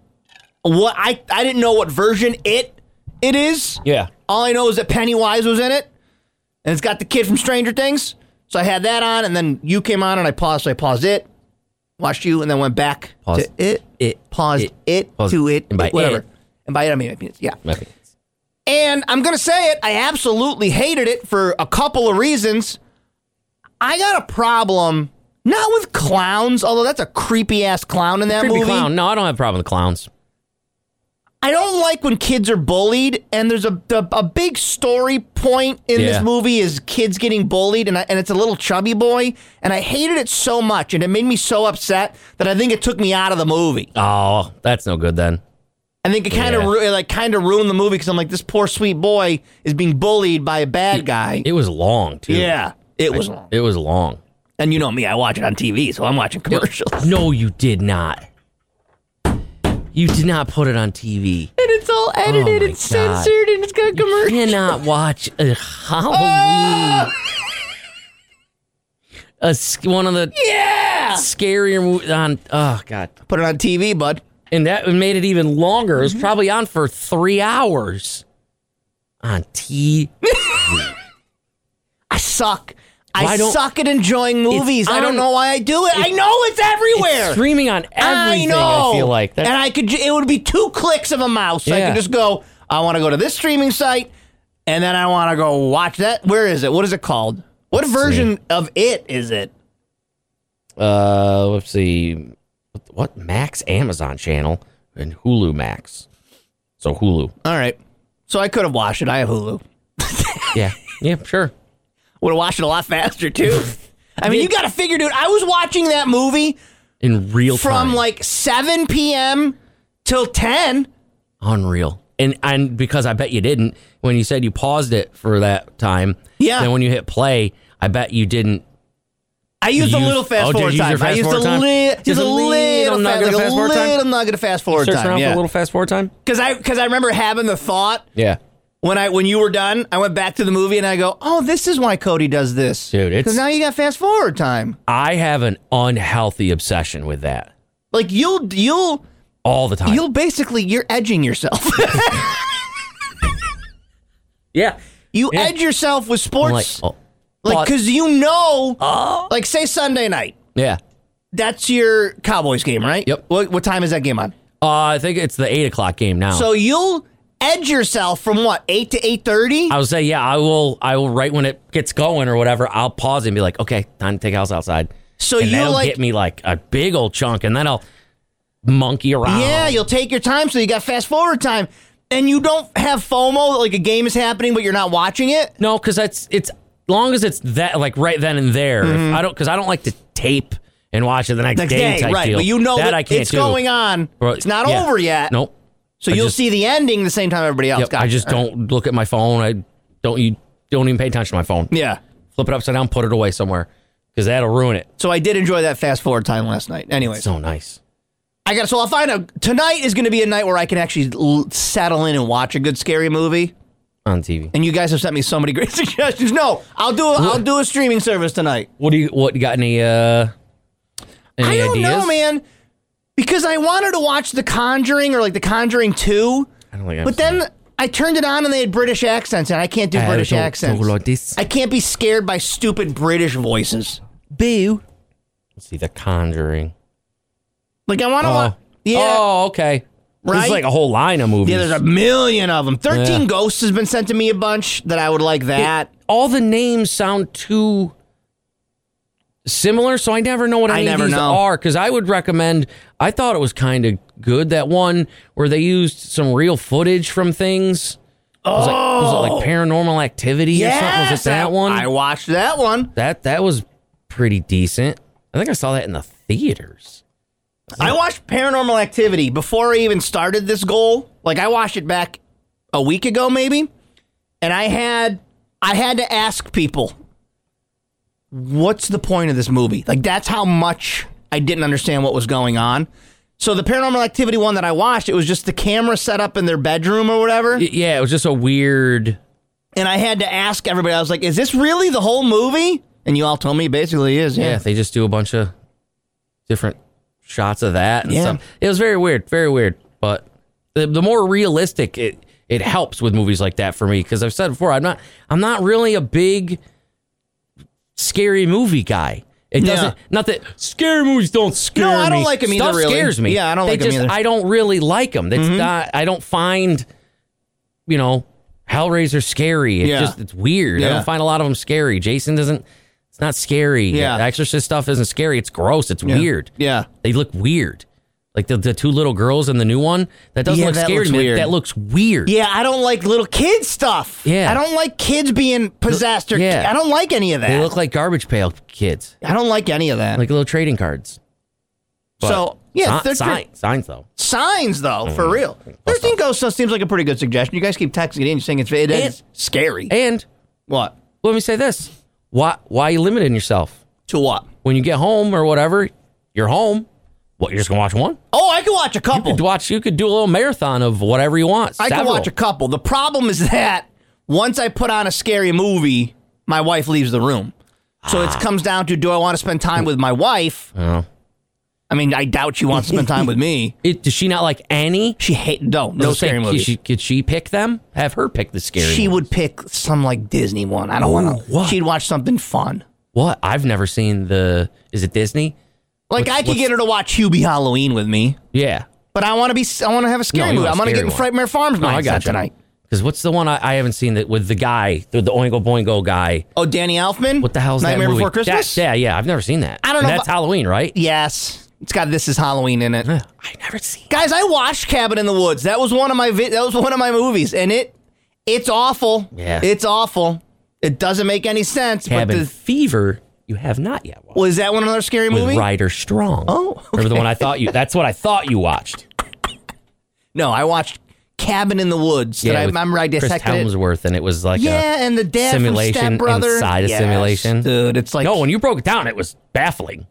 what I I didn't know what version it it is. Yeah. All I know is that Pennywise was in it, and it's got the kid from Stranger Things. So I had that on, and then you came on, and I paused. So I paused it, watched you, and then went back Paused to it. it, paused it, it, paused to it, and by whatever. it- And by it, I mean, I mean yeah. Okay. And I'm going to say it, I absolutely hated it for a couple of reasons. I got a problem, not with clowns, although that's a creepy ass clown in that Creepy movie. clown. No, I don't have a problem with clowns. I don't like when kids are bullied, and there's a, a, a big story point in Yeah. this movie is kids getting bullied, and, I, and it's a little chubby boy, and I hated it so much, and it made me so upset that I think it took me out of the movie. Oh, that's no good then. I think it kind of Yeah. ru- it, like kind of ruined the movie because I'm like, this poor sweet boy is being bullied by a bad guy. It was long too. Yeah, it was long. It was long. And you know me, I watch it on TV, so I'm watching commercials. No, you did not. You did not put it on TV. And it's all edited my and God. censored, and it's got You commercials. cannot watch a Halloween. A s one of the Yeah, scarier movies on. Oh God! put it on TV, bud. And that made it even longer. It Mm-hmm. was probably on for three hours on TV. I suck. Why I don't- suck at enjoying movies. I on- don't know why I do it. I know it's everywhere. It's streaming on everything. I know. feel like and that. I could. ju- It would be two clicks of a mouse. I Yeah. could just go. I want to go to this streaming site, and then I want to go watch that. Where is it? What is it called? What Let's version of it is it? uh, let's see. What, what Max Amazon channel and Hulu Max? So Hulu. All right. So I could have watched it. I have Hulu. Yeah. Yeah. Sure. Would have watched it a lot faster too. I mean, you got to figure, dude. I was watching that movie In real time. from like 7 p.m. till 10. unreal. And and because I bet you didn't when you said you paused it for that time. Yeah. Then when you hit play, I bet you didn't. I used a You little used- oh, fast did you forward use your time. I fast used a, forward time? li- Just just a little, nugget, of fast a forward time? little nugget of fast forward Search time. around for a Yeah, little fast forward time. because I because I remember having the thought Yeah. when I when you were done. I went back to the movie and I go, oh, this is why Cody does this, Dude, it's- Because now you got fast forward time. I have an unhealthy obsession with that Like you'll you'll all the time. you'll basically you're edging yourself. yeah. you Yeah. edge yourself with I'm sports, like, oh, like but- because you know, like say Sunday night. yeah. That's your Cowboys game, right? Yep. What, what time is that game on? Uh, I think it's the eight o'clock game now. So you'll edge yourself from what eight to eight thirty. I would say, yeah, I will. I will. Right when it gets going or whatever, I'll pause and be like, okay, time to take house outside. So and you that'll like- get me like a big old chunk, and then I'll monkey around. Yeah, you'll take your time, so you got fast forward time, and you don't have FOMO that, like a game is happening but you're not watching it. No, because that's it's long as it's that like right then and there. If I don't because I don't like to tape and watch it the next, Mm-hmm. Next day. day, type right? deal. But you know that that I can't it's do. going on. Bro, it's not yeah. over yet. Oh, Nope. So I you'll just- see the ending the same time everybody else. Yep, got I just don't look at my phone. I don't you don't even pay attention to my phone. Yeah. Flip it upside down, put it away somewhere because that'll ruin it. So I did enjoy that fast forward time last night. Anyway, So nice. I got so I'll find out. Tonight is going to be a night where I can actually l- settle in and watch a good scary movie. on TV. And you guys have sent me so many great suggestions. No, I'll do I'll do a streaming service tonight. What do you what you got any uh any I don't ideas? know, man. Because I wanted to watch The Conjuring or like The Conjuring Two, I don't think I've but then I turned it on and they had British accents, and I can't do Uh, British don't- accents. don't like this. I can't be scared by stupid British voices. Boo! Let's see The Conjuring. Like I want to. Oh. watch. yeah. Oh, okay. This Right? is like a whole line of movies. Yeah, there's a million of them. Thirteen Yeah. Ghosts has been sent to me a bunch that I would like that. all the names sound too similar, so I never know what I any never of these know. are. Because I would recommend. I thought it was kind of good that one where they used some real footage from things. Oh, was, like, was it like Paranormal Activity or something? Was Yes, it that one? I watched that one. that that was pretty decent. I think I saw that in the theaters. I watched Paranormal Activity before I even started this goal. Like I watched it back a week ago, maybe, and I had I had to ask people, "What's the point of this movie?" Like that's how much I didn't understand what was going on. So the Paranormal Activity one that I watched, it was just the camera set up in their bedroom or whatever, Y- Yeah, it was just a weird. and I had to ask everybody. I was like, "Is this really the whole movie?" And you all told me it basically is. Yeah, they just do a bunch of different shots of that and Yeah. stuff. It was very weird, very weird. But the, the more realistic it it helps with movies like that for me because I've said before I'm not I'm not really a big scary movie guy. It Yeah. doesn't not that scary movies don't scare No, I don't me. like 'em either, Stuff really. scares me. Yeah, I don't They like 'em just- either. I don't really like them. It's not. I don't find you know Hellraiser scary. It Yeah. just it's weird. I Yeah. don't find a lot of them scary. Jason doesn't. It's not scary. Yeah. The Exorcist stuff isn't scary. It's gross. It's Yeah. weird. Yeah. They look weird. Like the, the two little girls in the new one. That doesn't Yeah, look that scary looks to me. weird. That looks weird. Yeah, I don't like little kid stuff. Yeah. I don't like kids being possessed or Yeah. I don't like any of that. They look like garbage pail kids. I don't like any of that. Like little trading cards. But so yeah, si- thir- sign- signs Mm-hmm. though. signs though for real. Thirteen Ghosts though, seems like a pretty good suggestion. You guys keep texting it in, saying it's it is scary. And what let me say this. Why why are you limiting yourself? to what? When you get home or whatever, you're home. What you're just gonna watch one? Oh, I can watch a couple. You could watch you could do a little marathon of whatever you want. I can Several. watch a couple. The problem is that once I put on a scary movie, my wife leaves the room. So Ah. it comes down to do I want to spend time with my wife? Oh. I mean, I doubt she wants to spend time with me. It, does she not like any? She hate no Does no, it say- scary could movies. She, could she pick them? Have her pick the scary. She one. would pick some like Disney one. I don't want Ooh, what? to. She'd watch something fun. What? I've never seen the. Is it Disney? Like What's- I could what's- get her to watch Hubie Halloween with me, Yeah. but I want to be. I want to have No, a scary you movie. want a I'm gonna get scary in Frightmare Farms No, I mindset got you. tonight. Because what's the one I, I haven't seen that with the guy, the, the Oingo Boingo guy? Oh, Danny Elfman. What the hell's Nightmare that movie? Before Christmas? That- yeah, yeah. I've never seen that. I don't And know if That's I- Halloween, right? Yes, it's got This Is Halloween in it. I never seen. Guys, I watched Cabin in the Woods. That was one of my vi- that was one of my movies, and it it's awful. Yeah. it's awful. It doesn't make any sense. Cabin But the, Fever. You have not yet watched. was that one another scary with movie? Ryder Strong. Oh, remember the okay. one I thought you? That's what I thought you watched. No, I watched Cabin in the Woods. that I with remember I Chris dissected. it. Hemsworth, and it was like a yeah, and the dad simulation from Step Brother. inside a Yes, simulation. dude. It's like no, when you broke it down, it was baffling.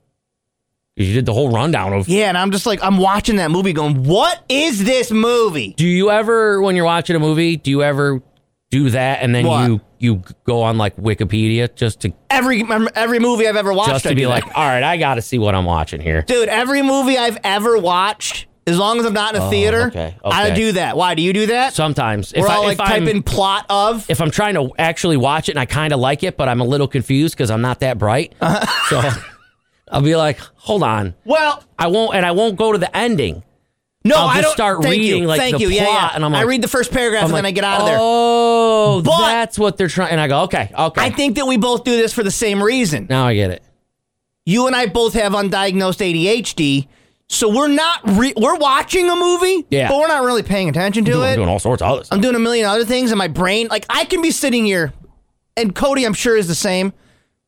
'Cause You did the whole rundown of. yeah, and I'm just like I'm watching that movie, going, "What is this movie?" Do you ever, when you're watching a movie, do you ever do that and then What? you you go on like Wikipedia just to Every every movie I've ever watched, just I to do be that. like, all right, I got to see what I'm watching here. dude, every movie I've ever watched, as long as I'm not in a theater, Oh, okay, I okay. do that. Why do you do that? Sometimes We're all I, like I'm- type in plot of. if I'm trying to actually watch it and I kind of like it, but I'm a little confused because I'm not that bright, so I'll be like, hold on, Well, I won't, and I won't go to the ending. no, I'll I just don't. start thank reading, you, like, thank the you. yeah, plot, yeah. and I'm I like- read the first paragraph I'm and like, then I get out of there. Oh, But- that's what they're trying. And I go, okay, okay. I think that we both do this for the same reason. now I get it. You and I both have undiagnosed ADHD, so we're not re- we're watching a movie, Yeah. but we're not really paying attention to Dude, it. I'm doing all sorts of other stuff. I'm doing a million other things in my brain. Like I can be sitting here, and Cody, I'm sure is the same.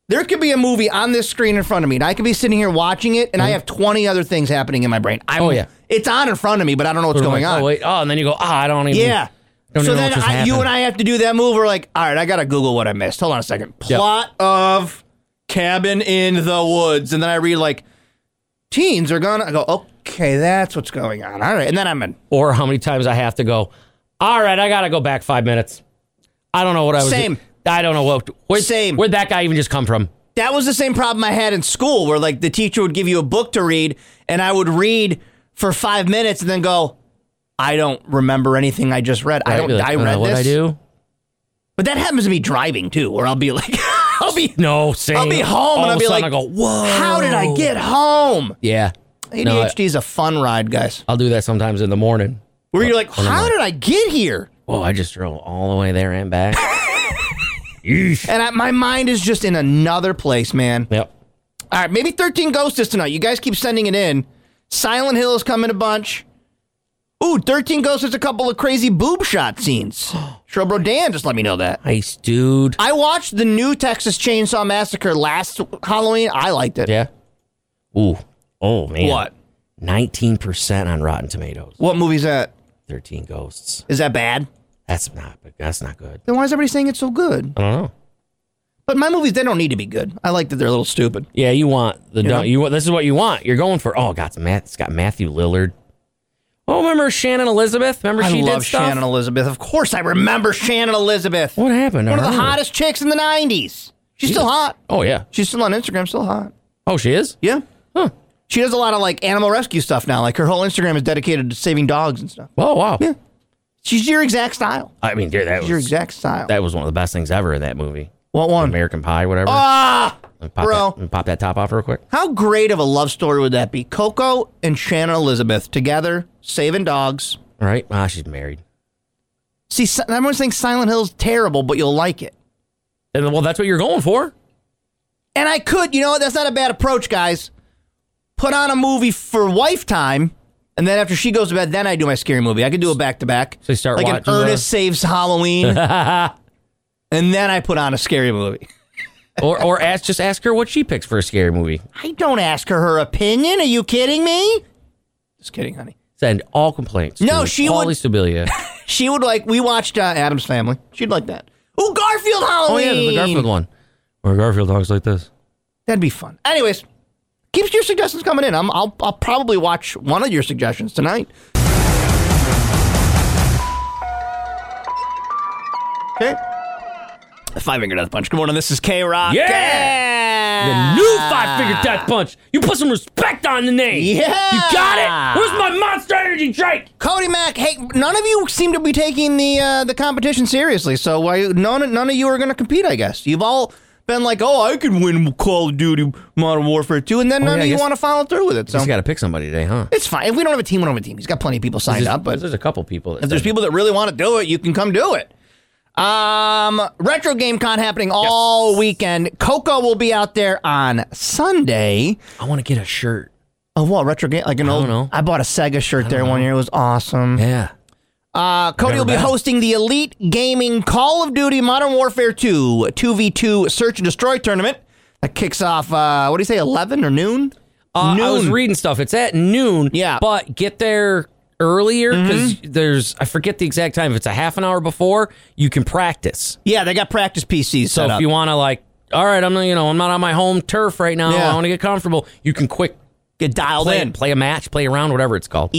There could be a movie on this screen in front of me, and I could be sitting here watching it, and I have 20 other things happening in my brain. I'm, Mm-hmm. Oh, yeah. it's on in front of me, but I don't know what's I'm going like, on. Oh wait, oh, and then you go, ah, I don't even. Yeah. Don't so even know then what just I, you happened. and I have to do that move. We're like, all right, I gotta Google what I missed. Hold on a second. Yep. Plot of cabin in the woods, and then I read like teens are gonna. I go, okay, that's what's going on. All right, and then I'm in. Or how many times I have to go, all right, I got to go back five minutes. I don't know what I was Same. I don't know what. Where, Same. Where'd that guy even just come from? That was the same problem I had in school, where like the teacher would give you a book to read, and I would read for five minutes and then go, I don't remember anything I just read. I Right, don't. be like, I "Uh, read what'd this. I do? But that happens to me driving too, where I'll be like, I'll be No, same. I'll be home All and of I'll a be sudden like, I go, whoa. How did I get home? Yeah. No, I- ADHD is a fun ride, guys. Oh, I'll do that sometimes in the morning. Where you're like, When I'm how did I get here? Whoa, I just drove all the way there and back. And I, my mind is just in another place, man. yep. All right, maybe 13 Ghosts is tonight. You guys keep sending it in. Silent Hill is coming a bunch. Ooh, 13 Ghosts is a couple of crazy boob shot scenes. Shrobro Dan just let me know that. Nice, dude. I watched the new Texas Chainsaw Massacre last Halloween. I liked it. Yeah. Ooh. Oh, man. What? 19% on Rotten Tomatoes. What movie's that? 13 Ghosts. Is that bad? That's not that's not good. Then why is everybody saying it's so good? I don't know. But my movies, they don't need to be good. I like that they're a little stupid. Yeah, you want the You you, know? you want this is what you want. You're going for oh, got Matt. It's got Matthew Lillard. Oh, remember Shannon Elizabeth? Remember I she love did stuff. Shannon Elizabeth. Of course, I remember Shannon Elizabeth. What happened? to One of the her? hottest chicks in the 90s. She's still hot. Oh yeah. She's still on Instagram, still hot. Oh, she is. Yeah. Huh. She does a lot of like animal rescue stuff now. Like her whole Instagram is dedicated to saving dogs and stuff. Oh wow. Yeah. She's your exact style. I mean, dude, that She's your was exact style. that was one of the best things ever in that movie. what one? American Pie, whatever. Ah, Let me pop bro. That, let me pop that top off real quick. how great of a love story would that be? Coco and Shannon Elizabeth together saving dogs. All right. Ah, she's married. See, si- everyone's saying Silent Hill's terrible, but you'll like it. And well, that's what you're going for. And I could, you know what? That's not a bad approach, guys. Put on a movie for wife time, and then after she goes to bed, then I do my scary movie. I could do a back to back. So you start like an watching the- Ernest Saves Halloween, and then I put on a scary movie. or or ask just ask her what she picks for a scary movie. I don't ask her her opinion. Are you kidding me? Just kidding, honey. Send all complaints. No, to she Pauly would- Sibilia. She would like. We watched uh, Adam's Family. She'd like that. Ooh, Garfield oh Halloween. yeah, the Garfield one. Where Garfield talks like this. That'd be fun. Anyways, keep your suggestions coming in. I'm, I'll, I'll probably watch one of your suggestions tonight. Okay. The Five Finger Death Punch. Good morning. This is K Rock. Yeah! yeah! The new five figure death punch. You put some respect on the name. Yeah. You got it? Where's my monster energy drink? Cody Mack. Hey, none of you seem to be taking the uh, the competition seriously. So why none none of you are going to compete? I guess you've all been like, oh, I could win Call of Duty Modern Warfare 2, and then Oh, none yeah, I of you guess- want to follow through with it. So Just got to pick somebody today, huh? It's fine. If we don't have a team, we don't have a team. He's got plenty of people signed There's- up, but there's a couple people. That if there's said- people that really want to do it, you can come do it. Um, Retro Game Con happening all weekend. Coco will be out there on Sunday. I want to get a shirt. Oh, what retro game? Like an I old? don't know. I bought a Sega shirt there one year. It was awesome. Yeah. Uh, Cody will be been. hosting the Elite Gaming Call of Duty Modern Warfare 2 2v2 Search and Destroy tournament that kicks off. Uh, what do you say? Eleven or noon? Uh, I was Noon. reading stuff. It's at noon. Yeah. But get there earlier because there's I forget the exact time. If it's a half an hour before, you can practice. Yeah, they got practice PCs So set if up. you want to like, all right, I'm not you know I'm not on my home turf right now. Yeah. I want to get comfortable. You can quick Get dialed play, in. play a match, play around, whatever it's called.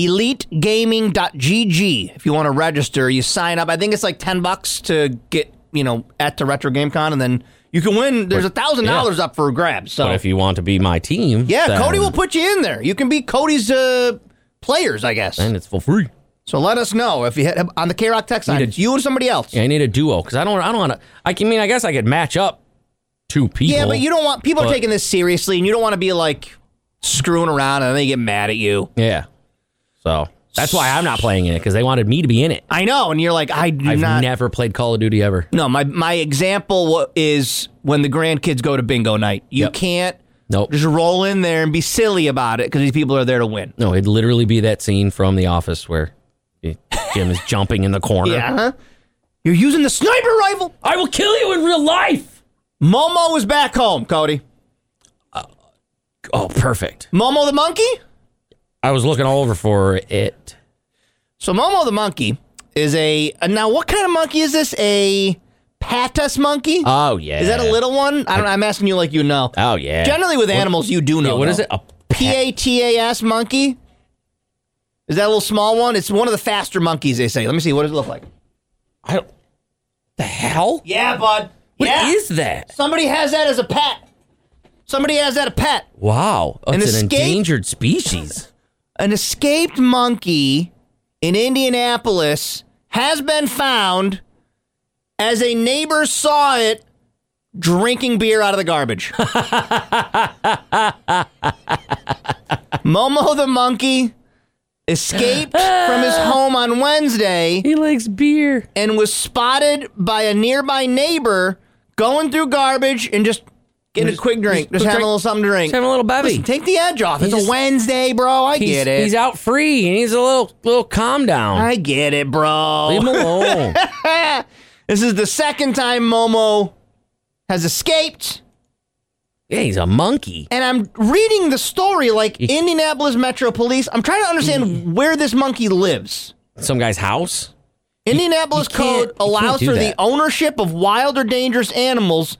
elitegaming.gg if you want to register you sign up i think it's like 10 bucks to get you know at the retro game con and then you can win there's a thousand dollars up for grabs so But if you want to be my team, yeah then- cody will put you in there you can be cody's uh players i guess Then it's for free. so let us know if you hit on the k-rock text line Need a- it's you and somebody else Yeah, I need a duo because I don't. I don't want to. I can- I mean, I guess I could match up two people. yeah but you don't want people are But- taking this seriously and you don't want to be like screwing around and they get mad at you Yeah. So that's why I'm not playing in it because they wanted me to be in it. i know and you're like i do I've not never played Call of Duty ever. No, my my example wa- is when the grandkids go to bingo night. You Yep. can't Nope. just roll in there and be silly about it because these people are there to win. No, it'd literally be that scene from The Office where Jim is jumping in the corner. Yeah. huh? You're using the sniper rifle. I will kill you in real life. Momo is back home, Cody. Oh, perfect. Momo the monkey? I was looking all over for it. So Momo the monkey is a uh, now what kind of monkey is this? A patas monkey? Oh yeah. is that a little one? I don't know. I'm asking you like you know. Oh yeah. Generally with animals you do know. Yeah, what though. is it? A patas P A T A S monkey. Is that a little small one? It's one of the faster monkeys they say. Let me see. What does it look like? I don't. The hell? Yeah, bud. What is yeah. that? Somebody has that as a pet. Somebody has that a pet. Wow. Oh, An it's an escape- endangered species. An escaped monkey in Indianapolis has been found as a neighbor saw it drinking beer out of the garbage. Momo the monkey escaped from his home on Wednesday. He likes beer. And was spotted by a nearby neighbor going through garbage and just getting a quick drink. Just, just having drink- a little something to drink. Just having a little bevy. Listen, take the edge off. He It's just- a Wednesday, bro. I he's, get it. He's out free. He needs a little little calm down. I get it, bro. Leave him alone. this is the second time Momo has escaped. yeah, he's a monkey. And I'm reading the story like Indianapolis Metro Police. I'm trying to understand where this monkey lives. Some guy's house. Indianapolis you can't- you code can't allows do for that. the ownership of wild or dangerous animals,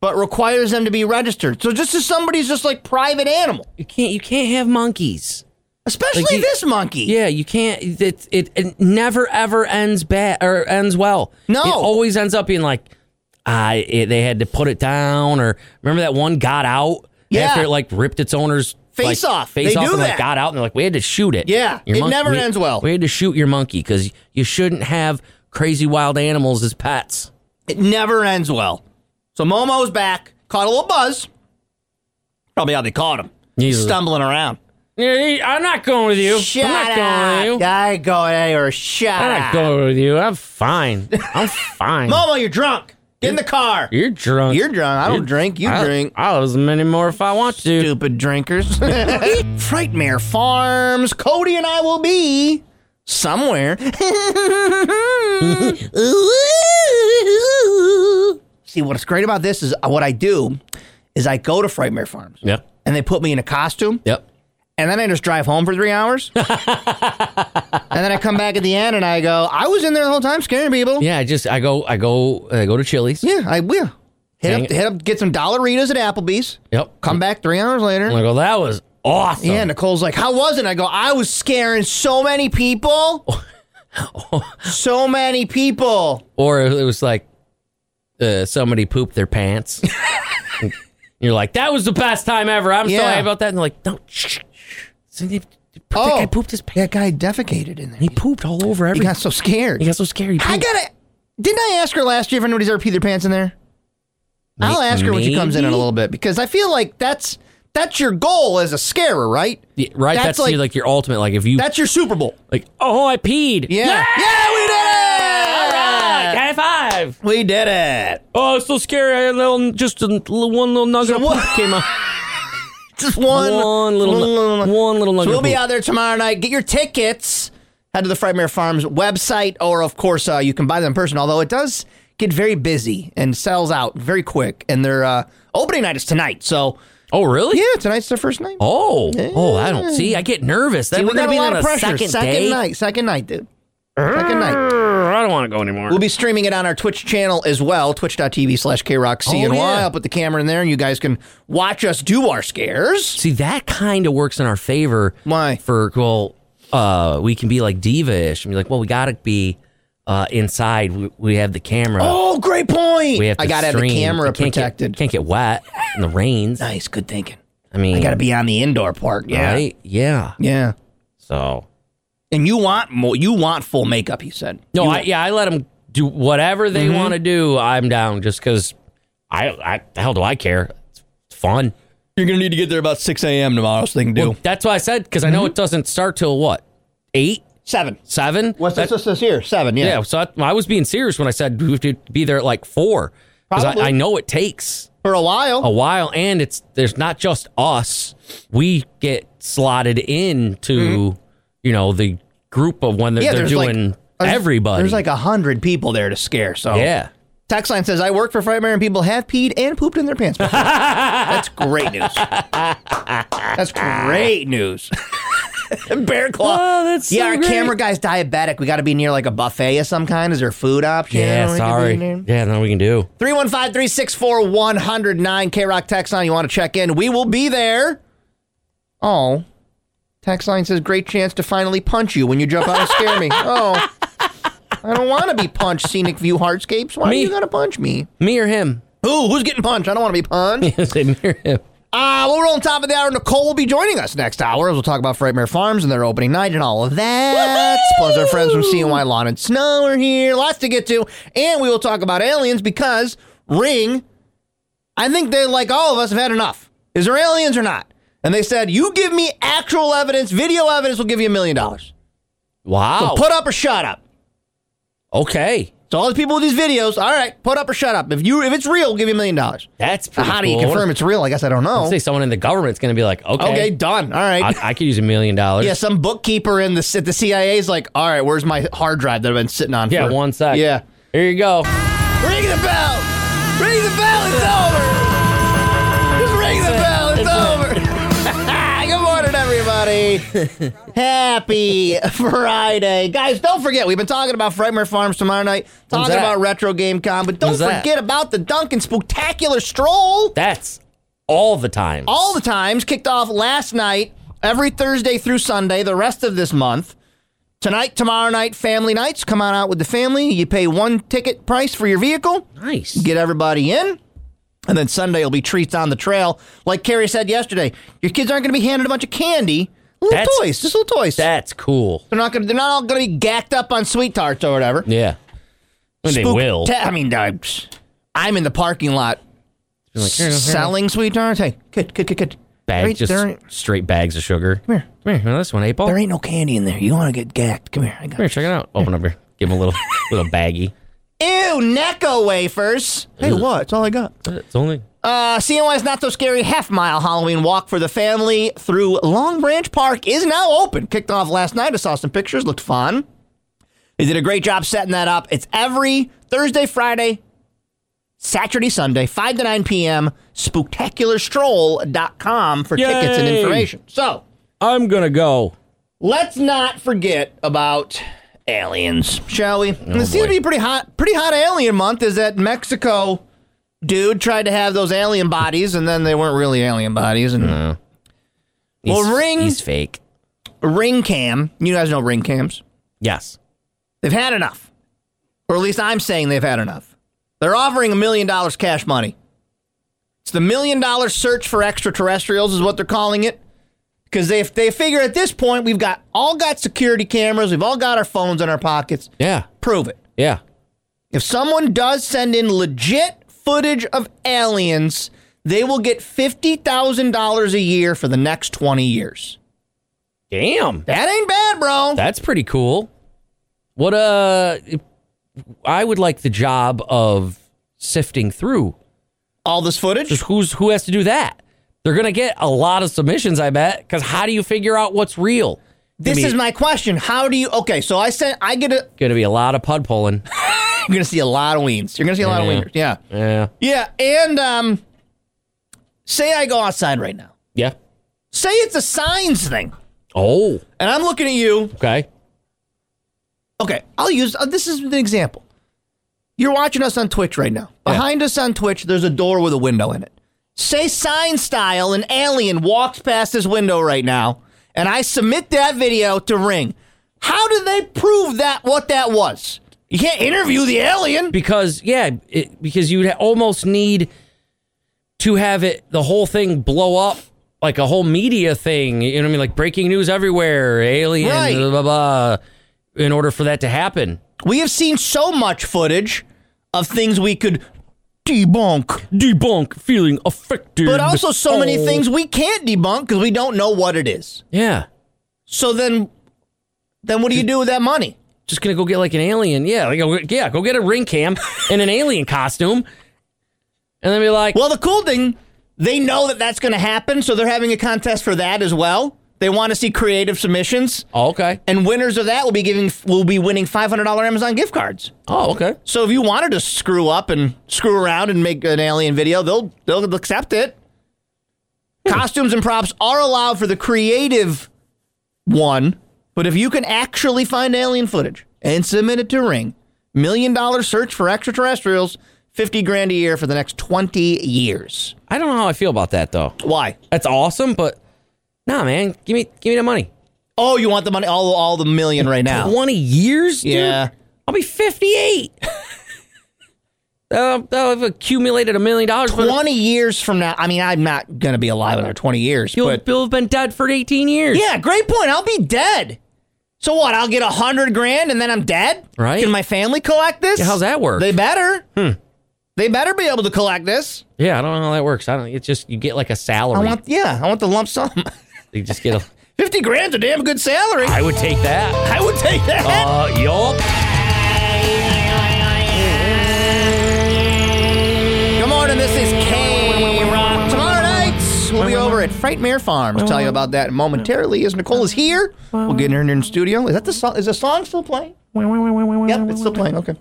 but requires them to be registered. So just as somebody's just like private animal, You can't you can't have monkeys. especially Like, you- this monkey. Yeah, you can't. It it, it never ever ends bad or ends well. No. it always ends up being like, I it, they had to put it down. Or remember that one got out Yeah. after it like ripped its owner's Face like, off. face They off, do and like that. got out, and they're like, we had to shoot it. Yeah, it never we- ends well. We had to shoot your monkey because you shouldn't have crazy wild animals as pets. It never ends well. So Momo's back, caught a little buzz. Probably how they caught him. He's- Stumbling around. I'm not going with you. Shut I'm not up. going with you. I go or shut I'm not up. going with you. I'm fine. I'm fine. Momo, you're drunk. Get in the car. You're drunk. You're drunk. I don't drink. You I'll- drink. I'll have as many more if I want to. Stupid drinkers. Frightmare Farms. Cody and I will be somewhere. See, what's great about this is uh, what I do is I go to Frightmare Farms Yeah. and they put me in a costume. Yep. and then I just drive home for three hours. and then I come back at the end and I go, I was in there the whole time scaring people. Yeah, I just I go I go I go to Chili's. Yeah, I will. Hit Dang up, it. hit up, get some Dollaritas at Applebee's. Yep. Come back three hours later. And I go, that was awesome. yeah, Nicole's like, how was it? And I go, I was scaring so many people. so many people. Or it was like uh, somebody pooped their pants. And You're like, that was the best time ever. I'm so Yeah. happy about that. And they're like, no, shh. shh. So they, that guy pooped his pants. Oh. That guy defecated in there. He pooped all over He everything. got so scared. He got so scared. He I pooped. gotta. Didn't I ask her last year if anybody's ever peed their pants in there? May- I'll ask her when she comes in in a maybe? little bit because I feel like that's that's your goal as a scarer, right? Yeah, right. That's, like, your, like your ultimate. Like if you that's your Super Bowl. like, oh, I peed. Yeah, yeah, we did it. All right, high five. We did it. Oh, it's so scary. I had a little, just a little, one little nugget of So poop what- came out. Just one, One little nu- one little So nugget we'll of be poop. out there tomorrow night. Get your tickets. Head to the Frightmare Farms website, or of course, uh, you can buy them in person. Although it does get very busy and sells out very quick, and their uh, opening night is tonight. So Oh, really? yeah, tonight's their first night. Oh, oh, I don't see. I get nervous. That See, we're we gonna got be a lot on of a pressure. second, day. night, second night, dude. Second night. Brr, I don't want to go anymore. We'll be streaming it on our Twitch channel as well, twitch.tv slash KRockCNY. Oh, yeah. I'll put the camera in there and you guys can watch us do our scares. see, that kind of works in our favor. Why? For well, uh, we can be like diva-ish and be like, well, we gotta be uh, inside. We, we have the camera. Oh, great point. Uh, we have. To I got to have the stream. camera You can't get- protected. can't get wet in the rains. I nice, good thinking. mean, I got to be on the indoor part. Yeah. right. Yeah. Yeah. So And you want more, you want full makeup, you said. no, You- I, yeah, I let them do whatever they want to do. I'm down just because. I, I the hell do I care? It's fun. You're going to need to get there about 6 a.m. tomorrow so they can do. Well, that's why I said because I know it doesn't start till what eight, seven. seven. What's this, That- this, this here? Seven, Yeah, so I, I was being serious when I said we have to be there at like four because Probably. I, I know it takes For a while. a while, and it's there's not just us. We get slotted into you know the group of when they're, they're Mm-hmm. there's doing there's- everybody. There's like a hundred people there to scare. So yeah, Text line says I work for Frightmare and people have peed and pooped in their pants. before." That's great news. That's great news. Bear claw. Oh, that's yeah, so our great. camera guy's diabetic. We got to be near like a buffet of some kind. Is there a food option? yeah. sorry. Yeah, no, we can do. 315 364 109 K Rock Text line. You want to check in? We will be there Oh. Tax line says, great chance to finally punch you when you jump out and scare me. Oh. I don't want to be punched, Scenic View Hardscapes. Why Me. are you going to punch me? Me or him? Who? Who's getting punched? I don't want to be punched. Say me or him. Uh, well, we're on top of the hour. Nicole will be joining us next hour as we'll talk about Frightmare Farms and their opening night and all of that. Plus, our friends from CNY Lawn and Snow are here. Lots to get to. And we will talk about aliens because Ring, I think they, like all of us, have had enough. Is there aliens or not? And they said, You give me actual evidence, video evidence, we'll give you a million dollars. So Wow. put up or shut up. okay. So all the people with these videos, all right, put up or shut up. If you if it's real, we'll give you a million dollars. That's pretty How do you cool. confirm it's real? I guess I don't know. I'd say someone in the government's going to be like, okay, Okay, done. All right. I, I could use a million dollars. Yeah, some bookkeeper in the at the CIA is like, all right, where's my hard drive that I've been sitting on? Yeah, for-" one sec. Yeah, Here you go. ring the bell, ring the bell, it's over. Just ring the bell, it's over. Good morning, everybody. Happy Friday, guys! Don't forget, we've been talking about Frightmare Farms tomorrow night, talking that? about Retro Game Con, but don't When's that? forget about the Duncan Spectacular Stroll. That's all the time. all the times kicked off last night every thursday through sunday the rest of this month tonight tomorrow night family nights come on out with the family you pay one ticket price for your vehicle nice. get everybody in and then sunday will be treats on the trail like carrie said yesterday your kids aren't going to be handed a bunch of candy little That's- toys just little toys That's cool. they're not going to they're not all going to be gacked up on sweet tarts or whatever Yeah. I mean, they Spook- will. ta- I mean, I'm, I'm in the parking lot Be like, "Here, here, here." selling sweet tarts. Hey, kid, kid, kid, kid. Bag, Right just there- straight bags of sugar. Come here. Come here. Now this one, eight ball. There Come ain't no candy in there. You want to get gacked. Come here. I got here, check it out. Open up here. Give him a little little baggie. Ew, Necco wafers. Hey, what? It's all I got. It's only Uh, CNY's Not So Scary Half Mile Halloween Walk for the Family through Long Branch Park is now open. Kicked off last night. I saw some pictures. Looked fun. They did a great job setting that up. It's every Thursday, Friday, Saturday, Sunday, 5 to 9 p.m. Spooktacularstroll.com for tickets and Yay! information. So I'm gonna go. let's not forget about aliens, Oh, shall we? And it seems to boy. be pretty hot, pretty hot alien month. Is that Mexico dude tried to have those alien bodies, and then they weren't really alien bodies. And He's- Well, ring- He's fake. ring cam, you guys know ring cams. Yes. They've had enough, or at least I'm saying they've had enough. They're offering a million dollars cash money. It's the million dollar search for extraterrestrials, is what they're calling it. Because they, they figure at this point, we've got all got security cameras, we've all got our phones in our pockets. Yeah. prove it. Yeah. If someone does send in legit footage of aliens, they will get $50,000 a year for the next 20 years. Damn. That ain't bad, bro. That's pretty cool. What uh I would like the job of sifting through All this footage? just who's who has to do that. They're gonna get a lot of submissions, I bet. Because how do you figure out what's real? this I is mean, my question. How do you Okay, so I sent I get a gonna be a lot of pud pulling. You're going to see a lot of weens. You're going to see a lot Yeah. of wieners. Yeah. yeah, Yeah, and um say I go outside right now. yeah. Say it's a signs thing. Oh, And I'm looking at you. okay. Okay, I'll use uh, this is an example. You're watching us on Twitch right now. Yeah. Behind us on Twitch, there's a door with a window in it. Say sign style, an alien walks past this window right now, and I submit that video to Ring. How do they prove that what that was? You can't interview the alien. Because yeah, it, because you'd ha- almost need to have it the whole thing blow up like a whole media thing. You know what I mean? Like breaking news everywhere, alien, Right. blah, blah blah. In order for that to happen, We have seen so much footage of things we could debunk, debunk feeling affected, but also so many Oh. things we can't debunk because we don't know what it is. Yeah, So then, then what do you do with that money? just gonna go get like an alien. Yeah, like go- yeah, go get a ring cam in an alien costume, and then be like, Well, the cool thing, they know that that's going to happen, so they're having a contest for that as well. They want to see creative submissions, oh, okay, and winners of that will be giving will be winning five hundred dollar Amazon gift cards. oh, okay, So if you wanted to screw up and screw around and make an alien video, they'll they'll accept it. Costumes and props are allowed for the creative one, but if you can actually find alien footage and submit it to Ring, million dollar search for extraterrestrials, fifty grand a year for the next twenty years. I don't know how I feel about that though. Why? That's awesome, but Nah, man, give me give me the money. Oh, you want the money? All all the million right now? Twenty years? dude? Yeah. I'll be fifty eight. uh, I've accumulated a million dollars. but- Twenty years from now, I mean, I'm not gonna be alive another twenty years. You'll, but you'll have been dead for 18 years. yeah, great point. I'll be dead. So what? I'll get a hundred grand and then I'm dead. Right. Can my family collect this? Yeah, how's that work? Hmm. They better. They better be able to collect this. Yeah, I don't know how that works. I don't. It's just you get like a salary. I want. Yeah, I want the lump sum. you just get a. Fifty grand's a damn good salary. I would take that. I would take that. Uh, yup. Good morning, this is K Rock. Tomorrow night, we'll be over at Frightmare Farm. We'll tell you about that momentarily as Nicole is here. We'll get her in the studio. Is that the song? Is the song still playing? Yep, it's still playing. Okay.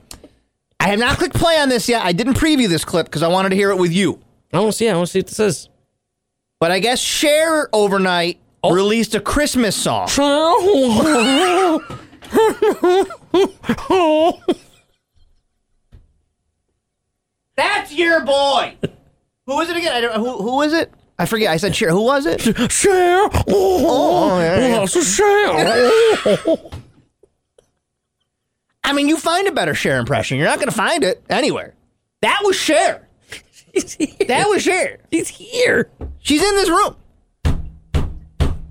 I have not clicked play on this yet. I didn't preview this clip because I wanted to hear it with you. I want to see. I want to see what this is. But I guess Cher overnight released a Christmas song. That's your boy. Who is it again? I don't, who, who is it? I forget. I said Cher. Who was it? Share. Oh, yeah, yeah. I mean, you find a better Cher impression. You're not going to find it anywhere. That was Cher. That was Cher. He's here. She's in this room.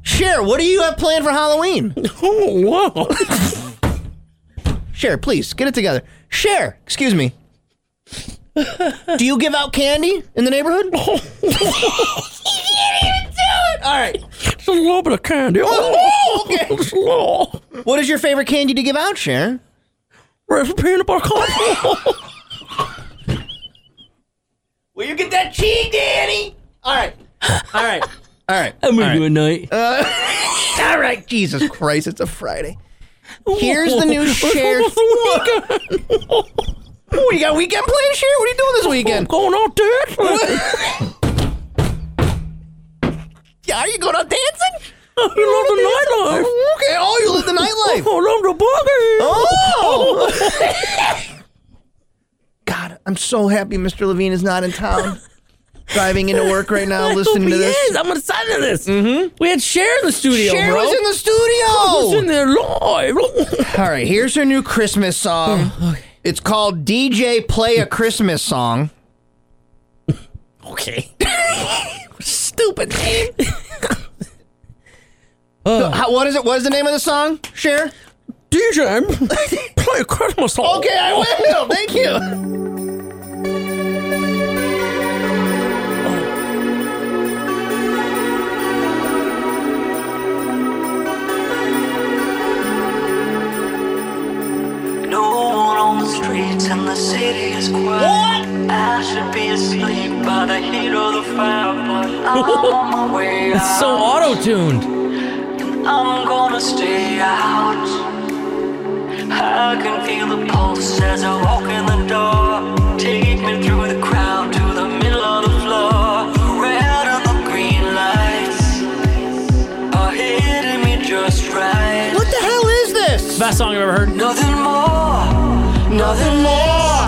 Cher, what do you have planned for Halloween? Oh wow. Cher, please get it together. Cher, excuse me. do you give out candy in the neighborhood? you can't even do it. All right. Just a little bit of candy. Oh, okay. Just a little. What is your favorite candy to give out, Cher? Where's the peanut butter cup? Will you get that cheese, Danny? All right. All right. All right. I'm gonna do a night. All right, Jesus Christ, it's a Friday. Here's the new share. What's Oh, you got weekend plans, share? What are you doing this weekend? going on, Dad? Yeah, are you going out dancing? Oh, You love the nightlife. Oh, okay. Oh, you live the nightlife. I love the boogie. Oh. God, I'm so happy Mr. Levine is not in town. Driving into work right now, I listening hope to he this. is. I'm gonna sign to this. Mm-hmm. We had Cher in the studio, Cher bro. was in the He was in studio. there live. All right, here's her new Christmas song. Oh, It's called DJ Play a Christmas Song. okay. Stupid name. Oh. So, how- what is it? What is the name of the song? Share. DJ, play a Christmas song. Okay, I will. Thank you. No one on the streets and the city is quiet. I should be asleep by the heat of the fire, but I'm on my way It's out. so auto-tuned. I'm gonna stay out. I can feel the pulse as I walk in the door. Take me through the crowd to the middle of the floor. The red and the green lights are hitting me just right. What the hell is this? Best song I've ever heard. Nothing more, nothing more.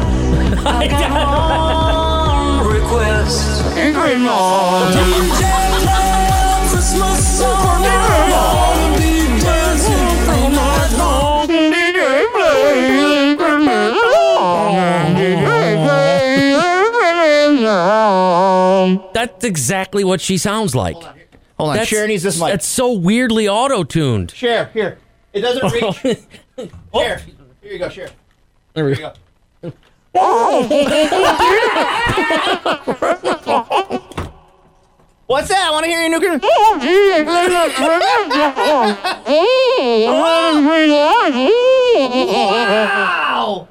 I got one request. DJ play a Christmas song. I wanna be dancing all night long. That's exactly what she sounds like. Hold on, That's, Cher needs this mic. That's so weirdly auto-tuned. Share here. It doesn't reach. Share. Here you go, share. Oh. There we Here you go. go. What's that? I want to hear your new. Christmas- Wow!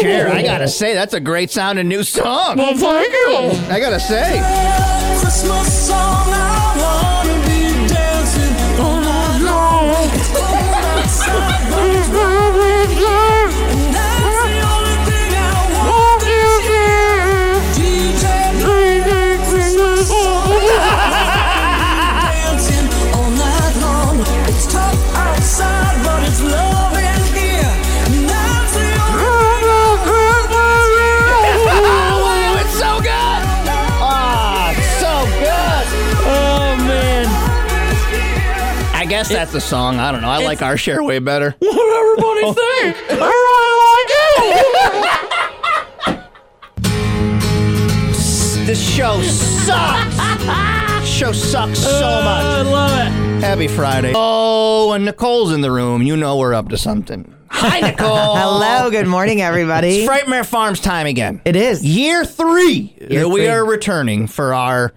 Share. I gotta say, that's a great sounding new song. I gotta say. Christmas song. I wanna be dancing all night long. All outside the door. That's the only thing I want this year. DJ, play a Christmas song. Dancing all night long. It's tough outside, but it's love in here. Ah, Oh, I guess that's the song. I don't know. I like our share way better. What everybody think? This show sucks. show sucks so much. I Oh, love it. Happy Friday. Oh, and Nicole's in the room. You know we're up to something. Hi, Nicole. Hello. Good morning, everybody. It's Frightmare Farms time again. It is year three. Year we three. are returning for our.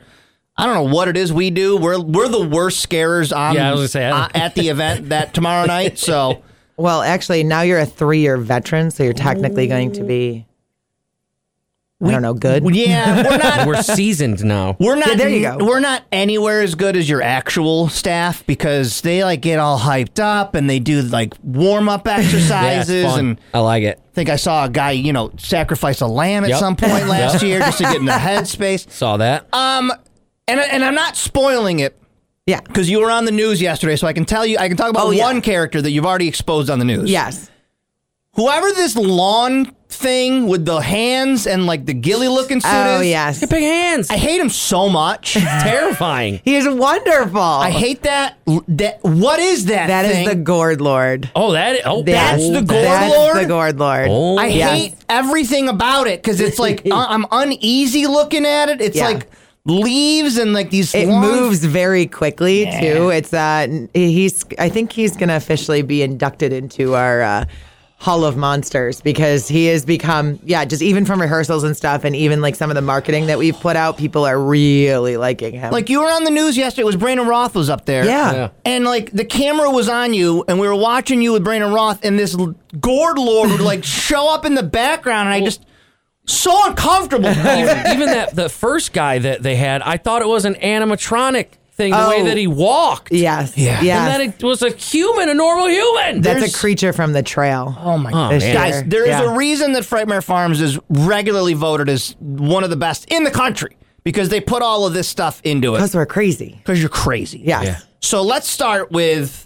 I don't know what it is we do. We're we're the worst scarers on Yeah, I was gonna say, I uh, don't- at the event that tomorrow night. So Well, actually, now you're a three-year veteran, so you're technically going to be. I don't know. Good. yeah, we're not We're seasoned now. We're not. Yeah, there you go. We're not anywhere as good as your actual staff because they like get all hyped up and they do like warm up exercises and I like it. I think I saw a guy you know sacrifice a lamb at Yep. some point last Yep. year just to get in the headspace. Saw that. Um, and and I'm not spoiling it. Yeah, because you were on the news yesterday, so I can tell you I can talk about Oh, one yeah. character that you've already exposed on the news. Yes. Whoever this lawn thing with the hands and like the gilly looking suit Oh, is. yes. Got big hands. I hate him so much. Terrifying. He's wonderful. I hate that. That what is that? That is the gourd lord. Oh, that. Oh, that's the gourd lord? the gourd lord. I Yes. hate everything about it because it's like I- I'm uneasy looking at it. It's Yeah. like leaves and like these. It long- moves very quickly too. It's uh, n- he's. I think he's going to officially be inducted into our uh, Hall of Monsters because he has become. Yeah, just even from rehearsals and stuff, and even like some of the marketing that we've put out, people are really liking him. Like you were on the news yesterday. It was Brandon Roth was up there. Yeah. Yeah. And like the camera was on you, and we were watching you with Brandon Roth, and this l- gourd lord would like show up in the background, and I just so uncomfortable. even, even that the first guy that they had, I thought it was an animatronic thing. The way Oh. that he walked. Yes. Yeah. And that it was a human, a normal human. That's a creature from the trail. Oh my Oh, This man. year. Guys, there is Yeah. a reason that Frightmare Farms is regularly voted as one of the best in the country because they put all of this stuff into it. Because we're crazy. Because you're crazy. Yes. Yeah. So let's start with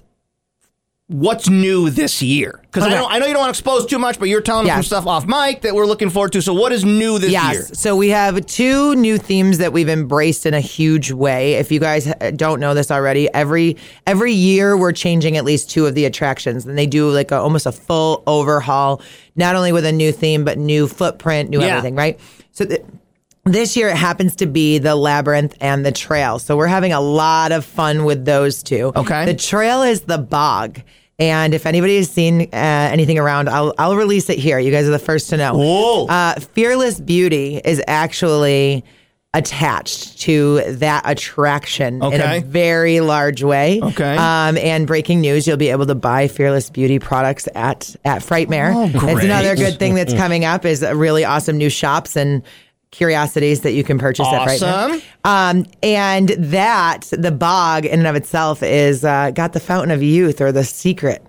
what's new this year. Because I, Okay. know- I know you don't want to expose too much, but you're telling us Yes. some stuff off mic that we're looking forward to. So what is new this yes. year? So we have two new themes that we've embraced in a huge way. If you guys uh, don't know this already, every every year we're changing at least two of the attractions, and they do like a, almost a full overhaul, not only with a new theme but new footprint, new Yeah. everything, right? So. Th- this year it happens to be the labyrinth and the trail. So we're having a lot of fun with those two. Okay. The trail is the bog. And if anybody has seen uh, anything around, I'll, I'll release it here. You guys are the first to know. Uh, Fearless Beauty is actually attached to that attraction in Okay. a very large way. Okay. Um, and breaking news, you'll be able to buy Fearless Beauty products at at Frightmare. Oh, That's great. another good thing that's coming up is a really awesome new shops and curiosities that you can purchase at Awesome. Frightmare. Um, and that the bog in and of itself is uh, got the fountain of youth or the secret.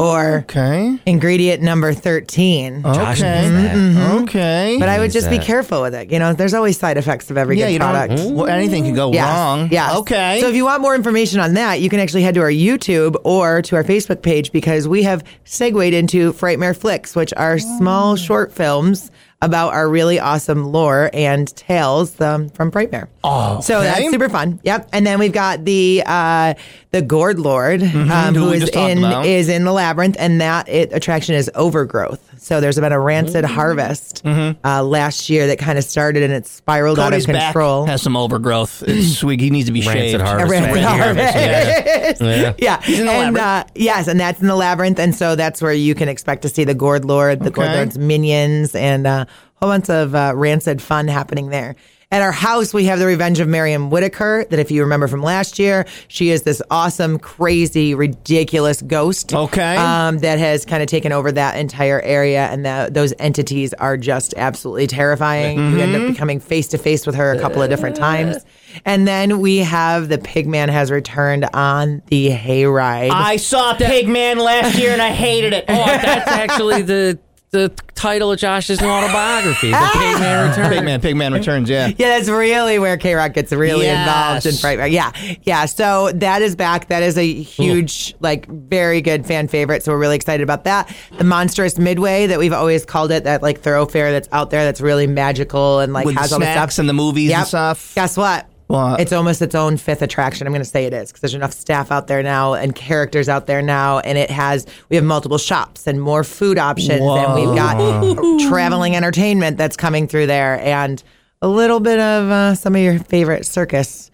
or okay. ingredient number 13 Josh knows that. Okay. Mm-hmm. but I would Is just be that- careful with it. You know, there's always side effects of every Yeah, good you don't- product. well, anything can go Yes, wrong. yes. Okay. So if you want more information on that, you can actually head to our YouTube or to our Facebook page because we have segued into Frightmare Flicks, which are small short films about our really awesome lore and tales um, from Frightmare. Oh, so okay. that's super fun. Yep. And then we've got the uh, the Gourd Lord, um, who who we is just talked in about. is in the labyrinth, and that it, attraction is Overgrowth. So there's been a rancid harvest uh, last year that kind of started and it spiraled Cody's out of back control. has some overgrowth. It's, we- he needs to be Rancid shaved. harvest. Around the harvest. Yeah. Yeah. He's in the and, labyrinth. Uh, yes, and that's in the labyrinth. And so that's where you can expect to see the Gourd Lord, the Gourd Okay. Lord's minions, and uh, a whole bunch of uh, rancid fun happening there. At our house, we have the Revenge of Miriam Whitaker, that if you remember from last year, she is this awesome, crazy, ridiculous ghost. Okay. Um, that has kind of taken over that entire area, and that those entities are just absolutely terrifying. You end up becoming face to face with her a couple of different times. And then we have the Pigman has returned on the hayride. I saw Pigman last year and I hated it. Oh, that's actually the the title of Josh's new autobiography, The Ah! Pig Man Returns. Pigman, Pigman returns. Yeah. yeah, that's really where K Rock gets really involved in Yes. Frightmare. Yeah, yeah. So that is back. That is a huge, like, very good fan favorite. So we're really excited about that. The monstrous midway that we've always called it, that like thoroughfare that's out there, that's really magical and like With the has all the snacks stuff and the movies and Yep. stuff. Guess what? Well, it's almost its own fifth attraction. I'm going to say it is because there's enough staff out there now and characters out there now, and it has we have multiple shops and more food options, and we've Whoa. got traveling entertainment that's coming through there, and a little bit of uh, some of your favorite circus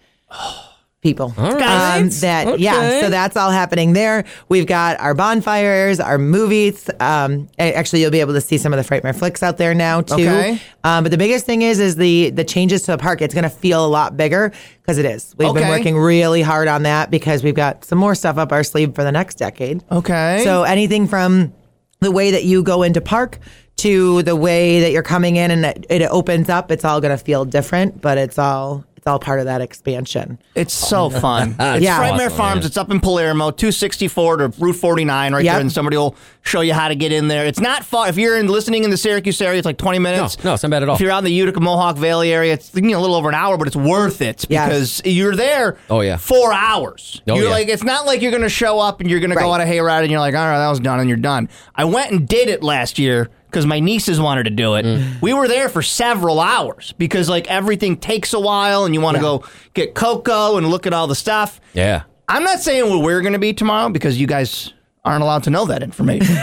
people. All Um, right. that yeah, Okay. so that's all happening there. We've got our bonfires, our movies. Um, a- actually, you'll be able to see some of the Frightmare flicks out there now too. Okay. Um, but the biggest thing is is the the changes to the park. It's going to feel a lot bigger because it is. We've been Okay. working really hard on that because we've got some more stuff up our sleeve for the next decade. Okay. So anything from the way that you go into park to the way that you're coming in and it, it opens up, it's all going to feel different, but it's all it's all part of that expansion. It's so fun. it's yeah. Frightmare Farms. It's up in Palermo, 264 to Route 49 right Yep. there, and somebody will show you how to get in there. It's not far. If you're in, listening in the Syracuse area, it's like 20 minutes. No, it's not bad at all. If you're out in the Utica Mohawk Valley area, it's you know, a little over an hour, but it's worth it because you're there Oh, yeah. four hours. Oh, you're yeah. like, it's not like you're going to show up and you're going to go Right. on a hayride and you're like, all right, that was done and you're done. I went and did it last year because my nieces wanted to do it. Mm. We were there for several hours because like everything takes a while and you want to go get cocoa and look at all the stuff. Yeah. I'm not saying where we're going to be tomorrow because you guys aren't allowed to know that information.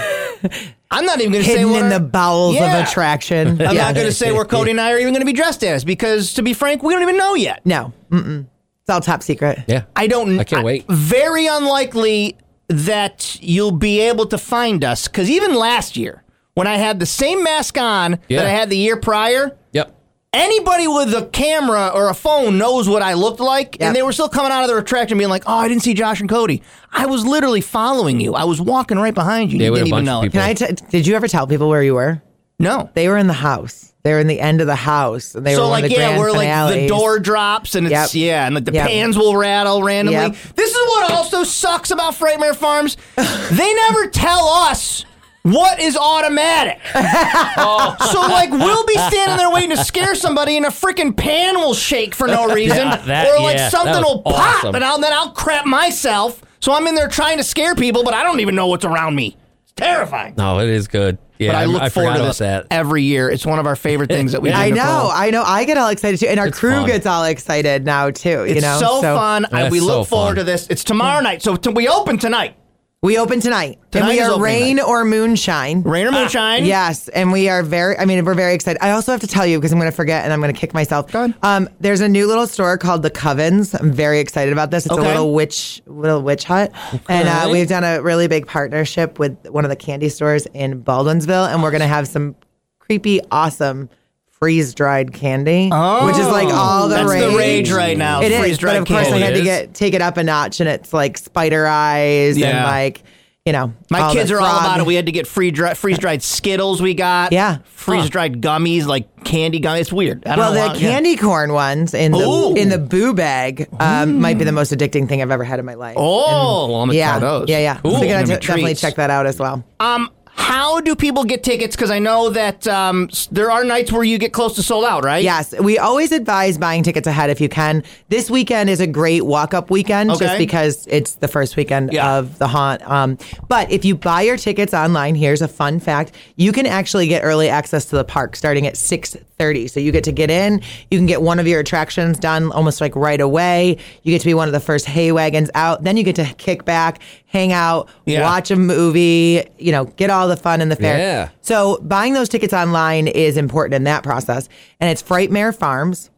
I'm not even going to say Hidden what in our- the bowels Yeah. of attraction. I'm not going to say where Cody and I are even going to be dressed as because, to be frank, we don't even know yet. No, Mm-mm. it's all top secret. Yeah, I don't. I can't wait. Very unlikely that you'll be able to find us because even last year, when I had the same mask on Yeah. that I had the year prior, Yep. anybody with a camera or a phone knows what I looked like, and they were still coming out of their attraction being like, "Oh, I didn't see Josh and Cody. I was literally following you. I was walking right behind you. you didn't even know it." Can I t- did you ever tell people where you were? No, they were in the house. They were in the end of the house. And they so were one like of the yeah, grand where like the finales. door drops and it's yeah, and like the Yep. pans will rattle randomly. Yep. This is what also sucks about Frightmare Farms. they never tell us what is automatic. Oh. So like we'll be standing there waiting to scare somebody and a freaking pan will shake for no reason. Yeah, that- or like yeah, that something was will pop awesome. and I'll then I'll crap myself. So I'm in there trying to scare people, but I don't even know what's around me. It's terrifying. No, it is good. Yeah, but I I'm- look forgot forward to about this that. every year. It's one of our favorite things that we. do I in the fall. know, Oh, I know. I get all excited too, and our crew fun. gets all excited now too. You It's know, so, fun. I, we look forward to this. It's tomorrow night, so t- we open tonight. We open tonight, and Tonight we is are opening rain night. or moonshine. Ah, Rain or moonshine. yes, and we are very. I mean, we're very excited. I also have to tell you because I'm going to forget and I'm going to kick myself. Go Um, there's a new little store called the Covens. I'm very excited about this. It's Okay. a little witch, little witch hut, and uh, we've done a really big partnership with one of the candy stores in Baldwinsville, and we're going to have some creepy, awesome. Freeze dried candy, which is like all the That's rage. the rage right now, It is, freeze-dried but of course candy. I had It to is. get take it up a notch, and it's like spider eyes and Yeah. like you know. My all kids the are all frog. about it. We had to get free dri- freeze dried Skittles. We got Yeah. freeze dried gummies like candy gummies. It's weird. I don't well, know the why- yeah. candy corn ones in the Ooh. Mm. in the boo bag um, might be the most addicting thing I've ever had in my life. Oh, well, I'm gonna yeah, try those. yeah, yeah. Cool. So you're gonna Gonna be de- definitely treats. check that out as well. Um, how do people get tickets? Because I know that um, s- there are nights where you get close to sold out, right? Yes, we always advise buying tickets ahead if you can. This weekend is a great walk-up weekend Okay. just because it's the first weekend of the haunt. Um, but if you buy your tickets online, here's a fun fact: you can actually get early access to the park starting at six thirty. So you get to get in. You can get one of your attractions done almost like right away. You get to be one of the first hay wagons out. Then you get to kick back, hang out, Yeah. watch a movie. You know, get all the fun in the fair. Yeah. So buying those tickets online is important in that process. And it's Frightmare Farms.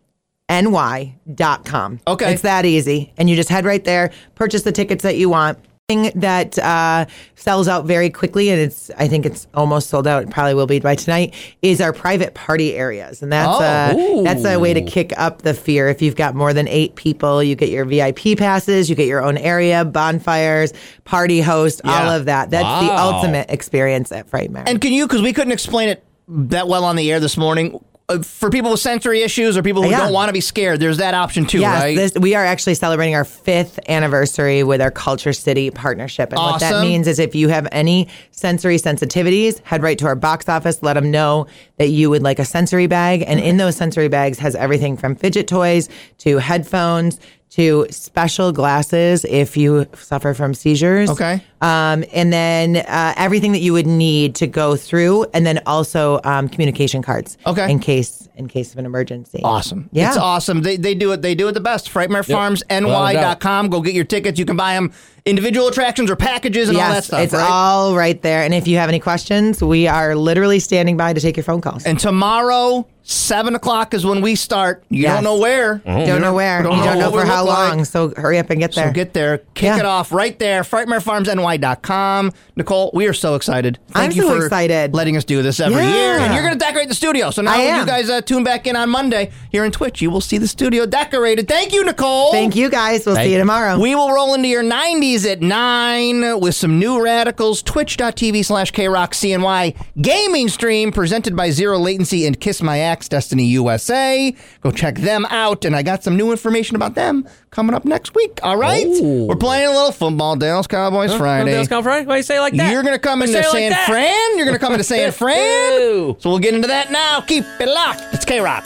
NY.com. Okay. It's that easy. And you just head right there, purchase the tickets that you want. Thing that uh, sells out very quickly, and it's I think it's almost sold out. It probably will be by tonight. Is our private party areas, and that's Oh, a, that's a way to ooh. kick up the fear. If you've got more than eight people, you get your VIP passes, you get your own area, bonfires, party host, all Yeah. of that. That's the Oh. Wow. ultimate experience at Frightmare. And can you? Because we couldn't explain it that well on the air this morning. Uh, for people with sensory issues or people who Yeah. don't want to be scared, there's that option too, yes, right? this, we are actually celebrating our fifth anniversary with our Culture City partnership. And what that Awesome. means is if you have any sensory sensitivities, head right to our box office, let them know that you would like a sensory bag. And in those sensory bags has everything from fidget toys to headphones to special glasses if you suffer from seizures. Okay. Um, and then uh, everything that you would need to go through, and then also um, communication cards. Okay. In case in case of an emergency. Awesome. Yeah. It's awesome. They, they do it. They do it the best. Frightmare Yep. Farms Without NY.com. Go get your tickets. You can buy them individual attractions or packages and all that stuff. It's right? all right there. And if you have any questions, we are literally standing by to take your phone calls. And tomorrow, seven o'clock is when we start. You Yes. don't know where. Don't know where. You don't know what for we how look like. long. So hurry up and get there. So get there. Kick Yeah. it off right there. FrightmareFarmsNY.com. Nicole, we are so excited. Thank I'm you so for excited. letting us do this every Yeah. year. And you're going to decorate the studio. So now I when you am. guys uh, tune back in on Monday here in Twitch, you will see the studio decorated. Thank you, Nicole. Thank you guys. We'll see you tomorrow. Uh-huh. We will roll into your 90s at 9 with some new radicals. Twitch.tv slash KRockCNY gaming stream presented by Zero Latency and Kiss My Axe Destiny USA. Go check them out. And I got some new information about them coming up next week. All right? We're playing a little football, Dallas Cowboys Huh? Friday. Dallas Cowboys Friday? Why you say it like that? You're going to come Why you into say it like San that? Fran. You're going to come into San Fran. so we'll get into that now. Keep it locked. It's K Rock.